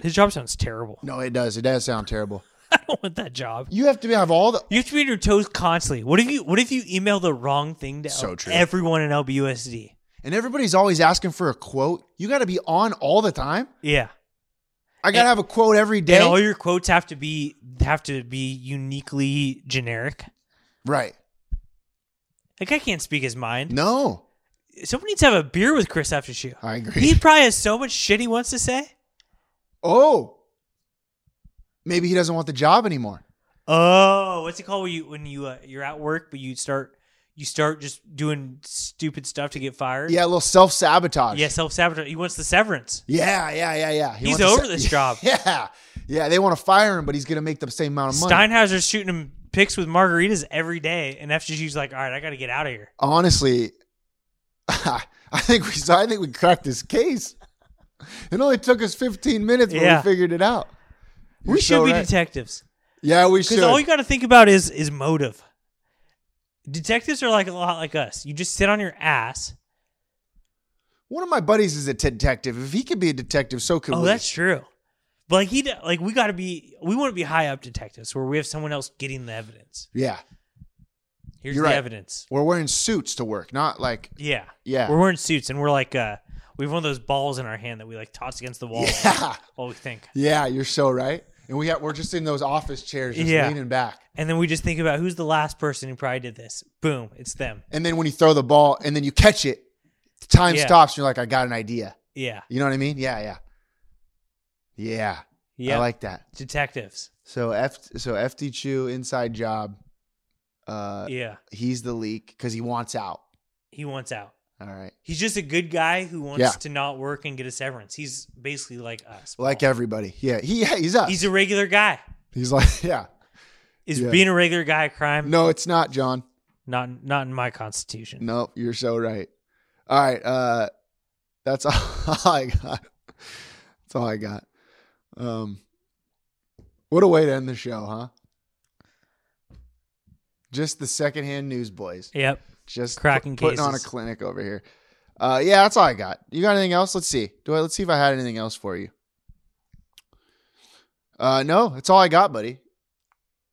C: His job sounds terrible. <laughs>
B: No, it does. It does sound terrible.
C: I don't want that job.
B: You have to have all the.
C: You have to be on your toes constantly. What if you What if you email the wrong thing to
B: So true.
C: everyone in LBUSD?
B: And everybody's always asking for a quote. You got to be on all the time.
C: Yeah,
B: I got to have a quote every day.
C: and all your quotes have to be have to be uniquely generic.
B: right.
C: Like I can't speak his mind.
B: No.
C: Someone needs to have a beer with Chris after shoe.
B: I agree.
C: He probably has so much shit he wants to say.
B: Oh. Maybe he doesn't want the job anymore.
C: Oh, what's it called when you when you uh, you're at work but you start you start just doing stupid stuff to get fired?
B: Yeah, a little self sabotage.
C: Yeah, self sabotage. He wants the severance.
B: Yeah, yeah, yeah, yeah. He wants
C: He's
B: to
C: over
B: sa- <laughs>
C: this job.
B: Yeah. Yeah, they want to fire him, but he's going to make the same amount of money.
C: Steinhauser's shooting him pics with margaritas every day, and FGG's like, all right, I got to get out of here.
B: Honestly, <laughs> I think we saw, I think we cracked this case. It only took us 15 minutes, but
C: Yeah.
B: we figured it out.
C: we
B: You're
C: should
B: so
C: be
B: right.
C: detectives
B: Yeah, we
C: because
B: should.
C: all you got to think about is is motive. Detectives are like a lot like us. You just sit on your ass.
B: One of my buddies is a detective. If he could be a detective, so could
C: Oh,
B: we.
C: that's true. But like he d- like we got to be we want to be high up detectives where we have someone else getting the evidence.
B: yeah.
C: Here's
B: You're
C: the
B: right.
C: evidence.
B: We're wearing suits to work, not like
C: Yeah.
B: Yeah.
C: We're wearing suits and we're like uh we have one of those balls in our hand that we like toss against the wall. <laughs>
B: Yeah.
C: All we think.
B: Yeah, you're so right. And we got, we're just in those office chairs, just
C: Yeah.
B: leaning back.
C: And then we just think about who's the last person who probably did this. Boom, it's them.
B: And then when you throw the ball, and then you catch it, time
C: Yeah.
B: stops. And you're like, I got an idea.
C: Yeah.
B: You know what I mean? Yeah, yeah, yeah.
C: Yeah.
B: I like that.
C: detectives.
B: So F, so FD Chu inside job. Uh,
C: Yeah.
B: he's the leak because he wants out.
C: He wants out.
B: All right,
C: He's just a good guy who wants
B: Yeah.
C: to not work and get a severance. He's basically like us.
B: like
C: Paul.
B: everybody. Yeah, he yeah, he's us.
C: He's a regular guy.
B: he's like <laughs> yeah.
C: Is
B: Yeah.
C: being a regular guy a crime?
B: No, it's not John.
C: Not not in my constitution.
B: No, you're so right. All right, uh, that's <laughs> all I got. That's all I got. Um, what a way to end the show, huh? Just the secondhand news, boys.
C: Yep.
B: Just
C: Cracking
B: put- putting on a
C: cases.
B: clinic over here. Uh, yeah, that's all I got. You got anything else? Let's see. Do I? Let's see if I had anything else for you. Uh, no, that's all I got, buddy.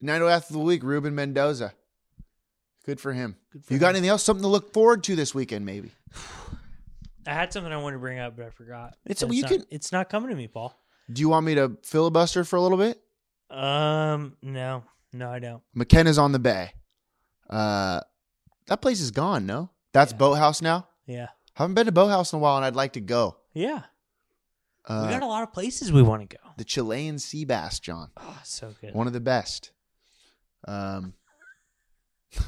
B: Nando athlete of the week, Ruben Mendoza. Good for him. you got anything else? Something to look forward to this weekend, maybe?
C: I had something I wanted to bring up, but I forgot.
B: It's-
C: And
B: well, you
C: not,
B: can-
C: It's not coming to me, Paul.
B: Do you want me to filibuster for a little bit?
C: Um. No. No, I don't.
B: McKenna's on the bay. Uh, that place is gone. No, that's Boathouse now.
C: Yeah.
B: Haven't been to Boathouse in a while, and I'd like to go.
C: Yeah. we
B: Uh,
C: got a lot of places we want to go.
B: the Chilean sea bass, John.
C: Oh, so good.
B: Ah, one of the best. Um, <laughs> did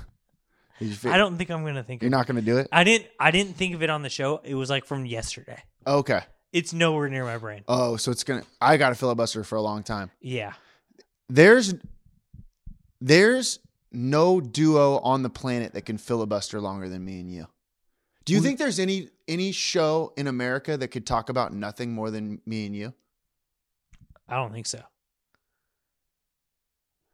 B: you fi-
C: I don't think I'm gonna think.
B: You're
C: Of
B: not going to do it.
C: I didn't. I didn't think of it on the show. It was like from yesterday.
B: Okay.
C: It's nowhere near my brain.
B: Oh, so it's gonna. I got a filibuster for a long time.
C: Yeah.
B: There's, there's no duo on the planet that can filibuster longer than me and you. Do you think there's any any show in America that could talk about nothing more than me and you?
C: I don't think so.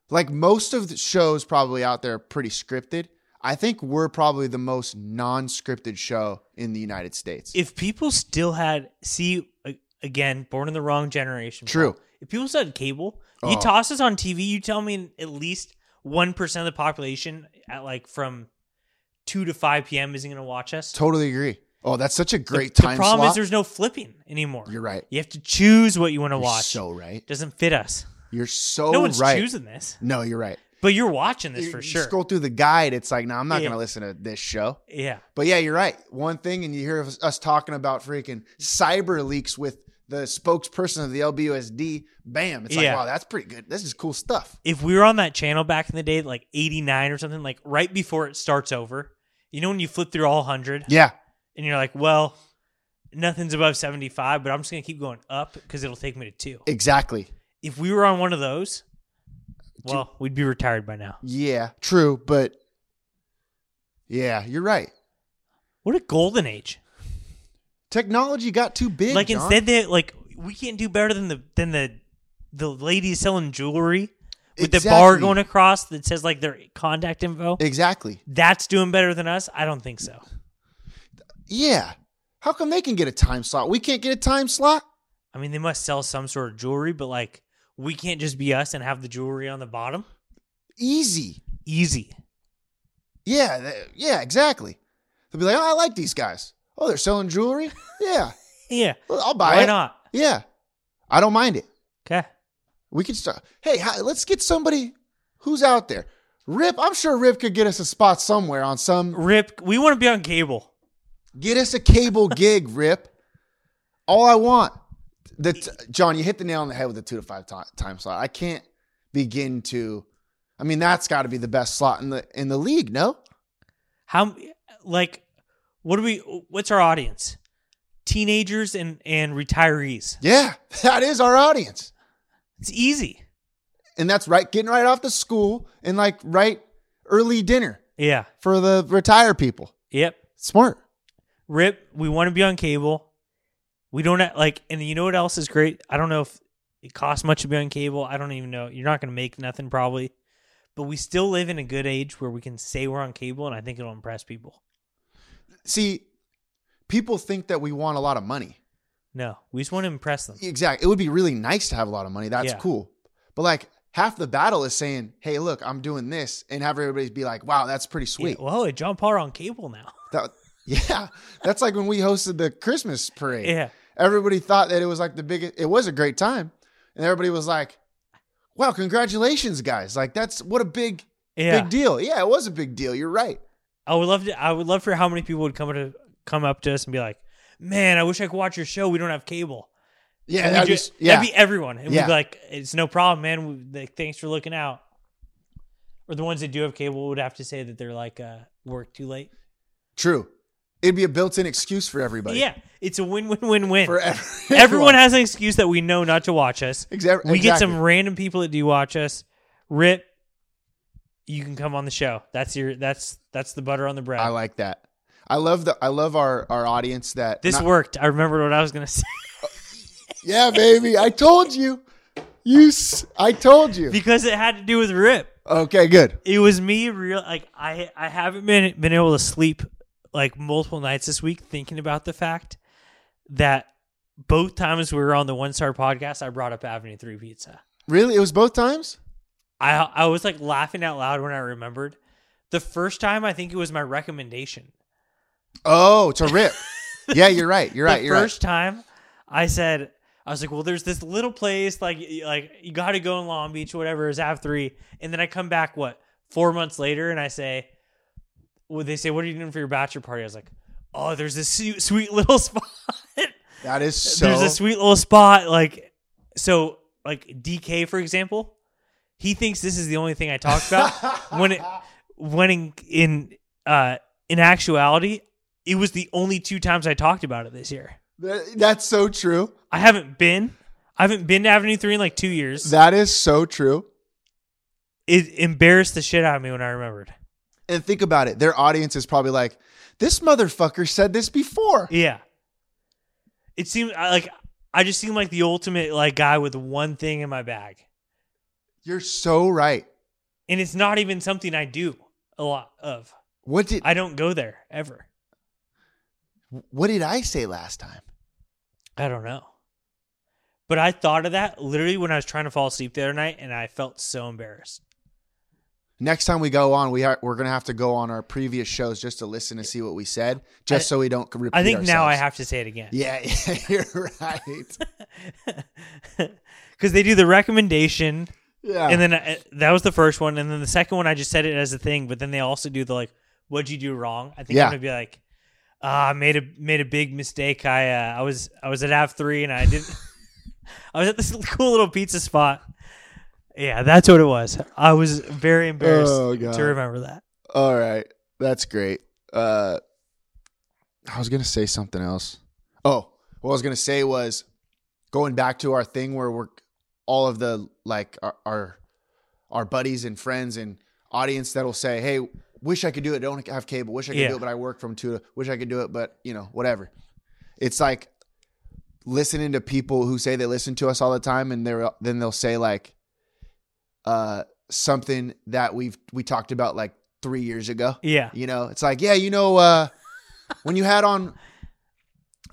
B: Like most of the shows probably out there are pretty scripted. I think we're probably the most non-scripted show in the United States.
C: If people still had see a- again, born in the wrong generation.
B: True.
C: Paul. If people still had cable, you
B: Oh.
C: toss us on TV. You tell me at least one percent of the population at like from two to five p.m. isn't gonna watch us.
B: Totally agree. Oh, that's such a
C: The-
B: great
C: the,
B: time
C: problem
B: slot.
C: is there's no flipping anymore.
B: You're right.
C: You have to choose what you want to
B: You're
C: watch.
B: so right.
C: Doesn't fit us.
B: You're so
C: no one's
B: right.
C: choosing this,
B: No, you're right.
C: but you're watching this
B: You-
C: for
B: you
C: sure.
B: Scroll through the guide. It's like, no, I'm not
C: Yeah.
B: going to listen to this show.
C: yeah,
B: But yeah, you're right. One thing, and you hear us, us talking about freaking cyber leaks with the spokesperson of the LBUSD. Bam! It's like,
C: Yeah.
B: wow, that's pretty good. This is cool stuff.
C: if we were on that channel back in the day, like '89 or something, like right before it starts over, you know, when you flip through all hundred,
B: Yeah,
C: and you're like, well, nothing's above 75, but I'm just gonna keep going up because it'll take me to two.
B: exactly.
C: If we were on one of those, well, we'd be retired by now.
B: Yeah, true. But yeah, you're right.
C: What a golden age!
B: Technology got too big.
C: like
B: John.
C: instead they like we can't do better than the than the the lady selling jewelry with the bar
B: Exactly.
C: going across that says like their contact info
B: exactly.
C: that's doing better than us i don't think so
B: Yeah. How come they can get a time slot? We can't get a time slot?
C: i mean they must sell some sort of jewelry but like we can't just be us and have the jewelry on the bottom?
B: Easy.
C: Easy.
B: Yeah, th- yeah, exactly. They'll be like, oh, I like these guys. Oh, they're selling jewelry? Yeah,
C: Yeah.
B: well, I'll buy
C: Why
B: it.
C: not?
B: Yeah, I don't mind it.
C: Okay.
B: We could start. Hey, hi- let's get somebody who's out there. Rip, I'm sure Rip could get us a spot somewhere on some.
C: Rip, we want to be on cable.
B: Get us a cable gig, <laughs> Rip. All I want. The t- John, you hit the nail on the head with the two to five ti time slot. I can't begin to. I mean, that's got to be the best slot in the in the league. No,
C: How like what do we what's our audience? Teenagers and and retirees.
B: yeah, <laughs> that is our audience.
C: It's easy.
B: and that's right getting right off the school and like right early dinner
C: Yeah.
B: for the retire people
C: Yep.
B: smart
C: Rip, we want to be on cable. We don't ha- like, and you know what else is great? I don't know if it costs much to be on cable. I don't even know. You're not going to make nothing probably, but we still live in a good age where we can say we're on cable, and I think it'll impress people.
B: see people think that we want a lot of money
C: No, we just want to impress them.
B: exactly it would be really nice to have a lot of money that's
C: Yeah.
B: cool but like half the battle is saying hey look i'm doing this and have everybody be like wow that's pretty sweet
C: Yeah, whoa, John Paul are on cable now. <laughs>
B: That- yeah that's like when we hosted the christmas parade
C: Yeah.
B: everybody thought that it was like the biggest it was a great time and everybody was like wow congratulations guys like that's what a big
C: Yeah.
B: Big deal. Yeah, it was a big deal. You're right.
C: I would love to. I would love for how many people would come to come up to us and be like, "Man, I wish I could watch your show. We don't have cable."
B: Yeah,
C: And
B: that'd
C: we
B: be,
C: ju-
B: yeah.
C: that'd be everyone. And
B: Yeah.
C: we'd be like, it's no problem, man. We, like, thanks for looking out. Or the ones that do have cable would have to say that they're like uh, work too late.
B: true. It'd be a built-in excuse for everybody.
C: yeah, it's a win, win, win, win. <laughs>
B: for ev- <laughs>
C: everyone has an excuse that we know not to watch us.
B: Exact-
C: We get
B: exactly.
C: some random people that do watch us. Rip, you can come on the show. That's your. That's that's the butter on the bread.
B: I like that. I love the. I love our our audience. That
C: this
B: not-
C: worked. I remembered what I was gonna <laughs> say
B: Yeah, baby. I told you. You. s- I told you.
C: because it had to do with Rip.
B: Okay. Good.
C: it was me real like I I haven't been been able to sleep like multiple nights this week thinking about the fact that both times we were on the one star podcast I brought up Avenue Three Pizza.
B: Really, it was both times.
C: I I was like laughing out loud when I remembered. The first time I think it was my recommendation.
B: Oh, to
C: <laughs>
B: rip. yeah, you're right. You're right.
C: the
B: You're
C: first time I said I was like, well, there's this little place like y- like you got to go in Long Beach, whatever is Ave three, and then I come back what four months later and I say, well, they say, what are you doing for your bachelor party? I was like, oh, there's this su- sweet little <laughs> spot.
B: right. That is so.
C: there's a sweet little spot like so like DK for example, he thinks this is the only thing I
B: <laughs>
C: talked about when it when in in uh in actuality. It was the only two times I talked about it this year.
B: That- that's so true.
C: I haven't been. I haven't been to Avenue Three in like two years.
B: That is so true.
C: it embarrassed the shit out of me when I remembered.
B: And think about it. Their audience is probably like, "This motherfucker said this before."
C: Yeah, it seemed I- like I just seemed like the ultimate like guy with one thing in my bag,
B: You're so right.
C: and it's not even something I do a lot of.
B: What did
C: I don't go there ever.
B: what did I say last time?
C: I don't know, but I thought of that literally when I was trying to fall asleep the other night, and I felt so embarrassed.
B: Next time we go on, we are we're gonna have to go on our previous shows just to listen to see what we said, just
C: I-
B: so we don't c- repeat.
C: I think now I
B: ourselves.
C: have to say it again.
B: Yeah, <laughs> yeah, you're
C: <laughs>
B: right.
C: because they do the recommendation.
B: Yeah,
C: and then I, that was the first one, and then the second one I just said it as a thing, but then they also do the like, "What'd you do wrong?" I think
B: Yeah.
C: I'm gonna be like, "Ah, I made a made a big mistake. I uh, I was I was at Av three, and I didn't. <laughs> I was at this <laughs> cool little pizza spot. Yeah, that's what it was. I was very embarrassed
B: Oh, God.
C: to remember that.
B: all right, that's great. Uh, I was gonna say something else. Oh, what I was gonna say was going back to our thing where we're all of the like our our, our buddies and friends and audience that'll say, "Hey, wish I could do it. Don't have cable. Wish I could
C: Yeah.
B: do it, but I work from two. To, wish I could do it, but you know, whatever." It's like listening to people who say they listen to us all the time, and they're then they'll say like uh something that we've we talked about like three years ago.
C: Yeah,
B: You know, it's like, yeah, you know, uh, when you had on,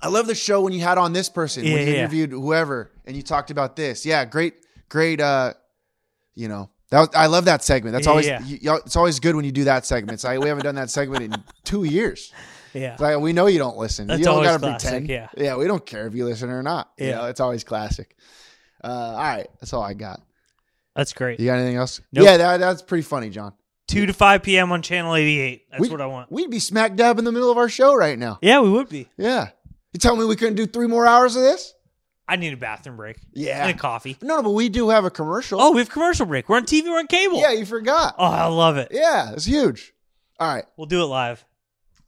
B: I love the show when you had on this person,
C: Yeah,
B: when you
C: yeah.
B: interviewed whoever and you talked about this. Yeah, great, great. Uh, you know, that was, I love that segment. That's
C: Yeah,
B: always
C: yeah.
B: y- y'all, it's always good when you do that segment. It's like we haven't done that segment in two years.
C: Yeah.
B: It's like we know you don't listen.
C: That's
B: you don't
C: always
B: gotta
C: classic,
B: pretend.
C: yeah.
B: yeah, we don't care if you listen or not. Yeah,
C: Yeah.
B: it's always classic. Uh, all right, that's all I got.
C: That's great.
B: You got anything else?
C: Nope.
B: Yeah, that, that's pretty funny, John.
C: 2 to 5 p.m. on Channel 88. That's
B: We-
C: what I want.
B: We'd be smack dab in the middle of our show right now.
C: Yeah, we would be.
B: Yeah. You tell me we couldn't do three more hours of this?
C: I need a bathroom break.
B: Yeah.
C: And a coffee.
B: No, no, but we do have a commercial.
C: Oh, we have commercial break. We're on TV. We're on cable.
B: yeah, you forgot.
C: Oh, I love it.
B: Yeah, it's huge. All right,
C: We'll do it live.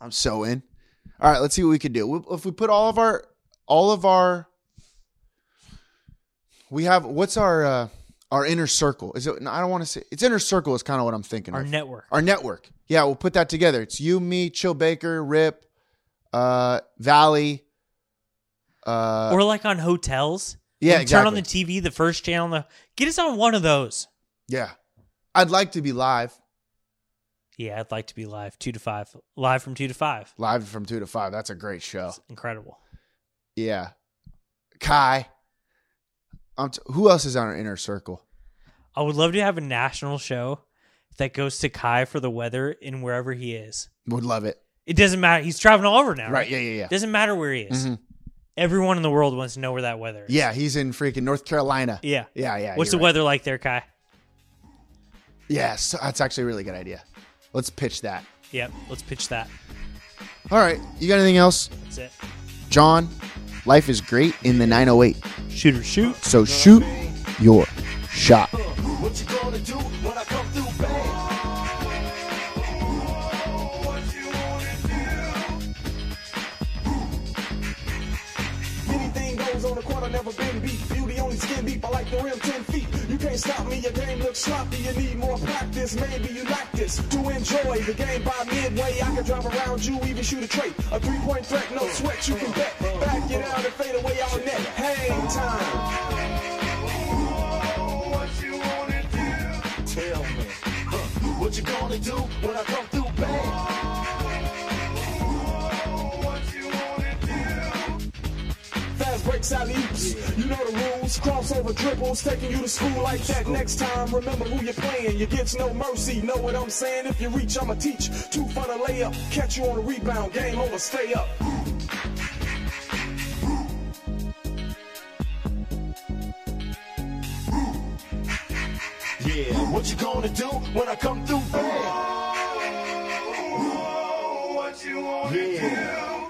B: I'm so in. All right, let's see what we can do. We- If we put all of our, all of our, we have what's our uh, our inner circle? Is it? no, I don't want to say it's inner circle. Is kind of what I'm thinking.
C: Our
B: of.
C: network.
B: our network. Yeah, we'll put that together. It's you, me, Chill Baker, Rip, uh, Valley. Uh,
C: or like on hotels.
B: yeah,
C: You
B: exactly.
C: Turn on the TV, the first channel. The, get us on one of those.
B: yeah, I'd like to be live.
C: Yeah, I'd like to be live. 2 to 5. Live from 2 to 5.
B: Live from two to five. That's a great show.
C: Incredible.
B: Yeah, Kai. Um, t- who else is on our inner circle?
C: I would love to have a national show that goes to Kai for the weather in wherever he is.
B: Would love it.
C: It doesn't matter. He's traveling all over now.
B: Right? Yeah, yeah, yeah.
C: Doesn't matter where he is.
B: Mhm.
C: Everyone in the world wants to know where that weather is.
B: Yeah, he's in freaking North Carolina.
C: Yeah.
B: Yeah, yeah.
C: What's the
B: you're right.
C: weather like there, Kai?
B: Yes, that's actually a really good idea. Let's pitch that.
C: Yep. Let's pitch that.
B: All right, you got anything else,
C: That's it.
B: John? Life is great in the 908.
C: Shoot or shoot.
B: So shoot your shot.
D: What you gonna do when I come through, babe? Anything goes on the court, I never been beat. You the only skin deep, I like the rim 10 feet. You can't stop me, your game looks sloppy. You need more practice, maybe you like this. To enjoy the game by midway, I can drive around you, even shoot a trait. A three point threat, no sweat, you can bet. Back it out and fade away on net. Hang time. Tell me, huh, what you gonna do when I come through, babe? Fast breaks out oops. You know the rules. Crossover dribbles, taking you to school like that. Next time, remember who you're playing. You get no mercy. Know what I'm saying? If you reach, I'ma teach. Two for the layup. Catch you on the rebound. Game over. Stay up. Yeah, what you gonna do when I come through? yeah.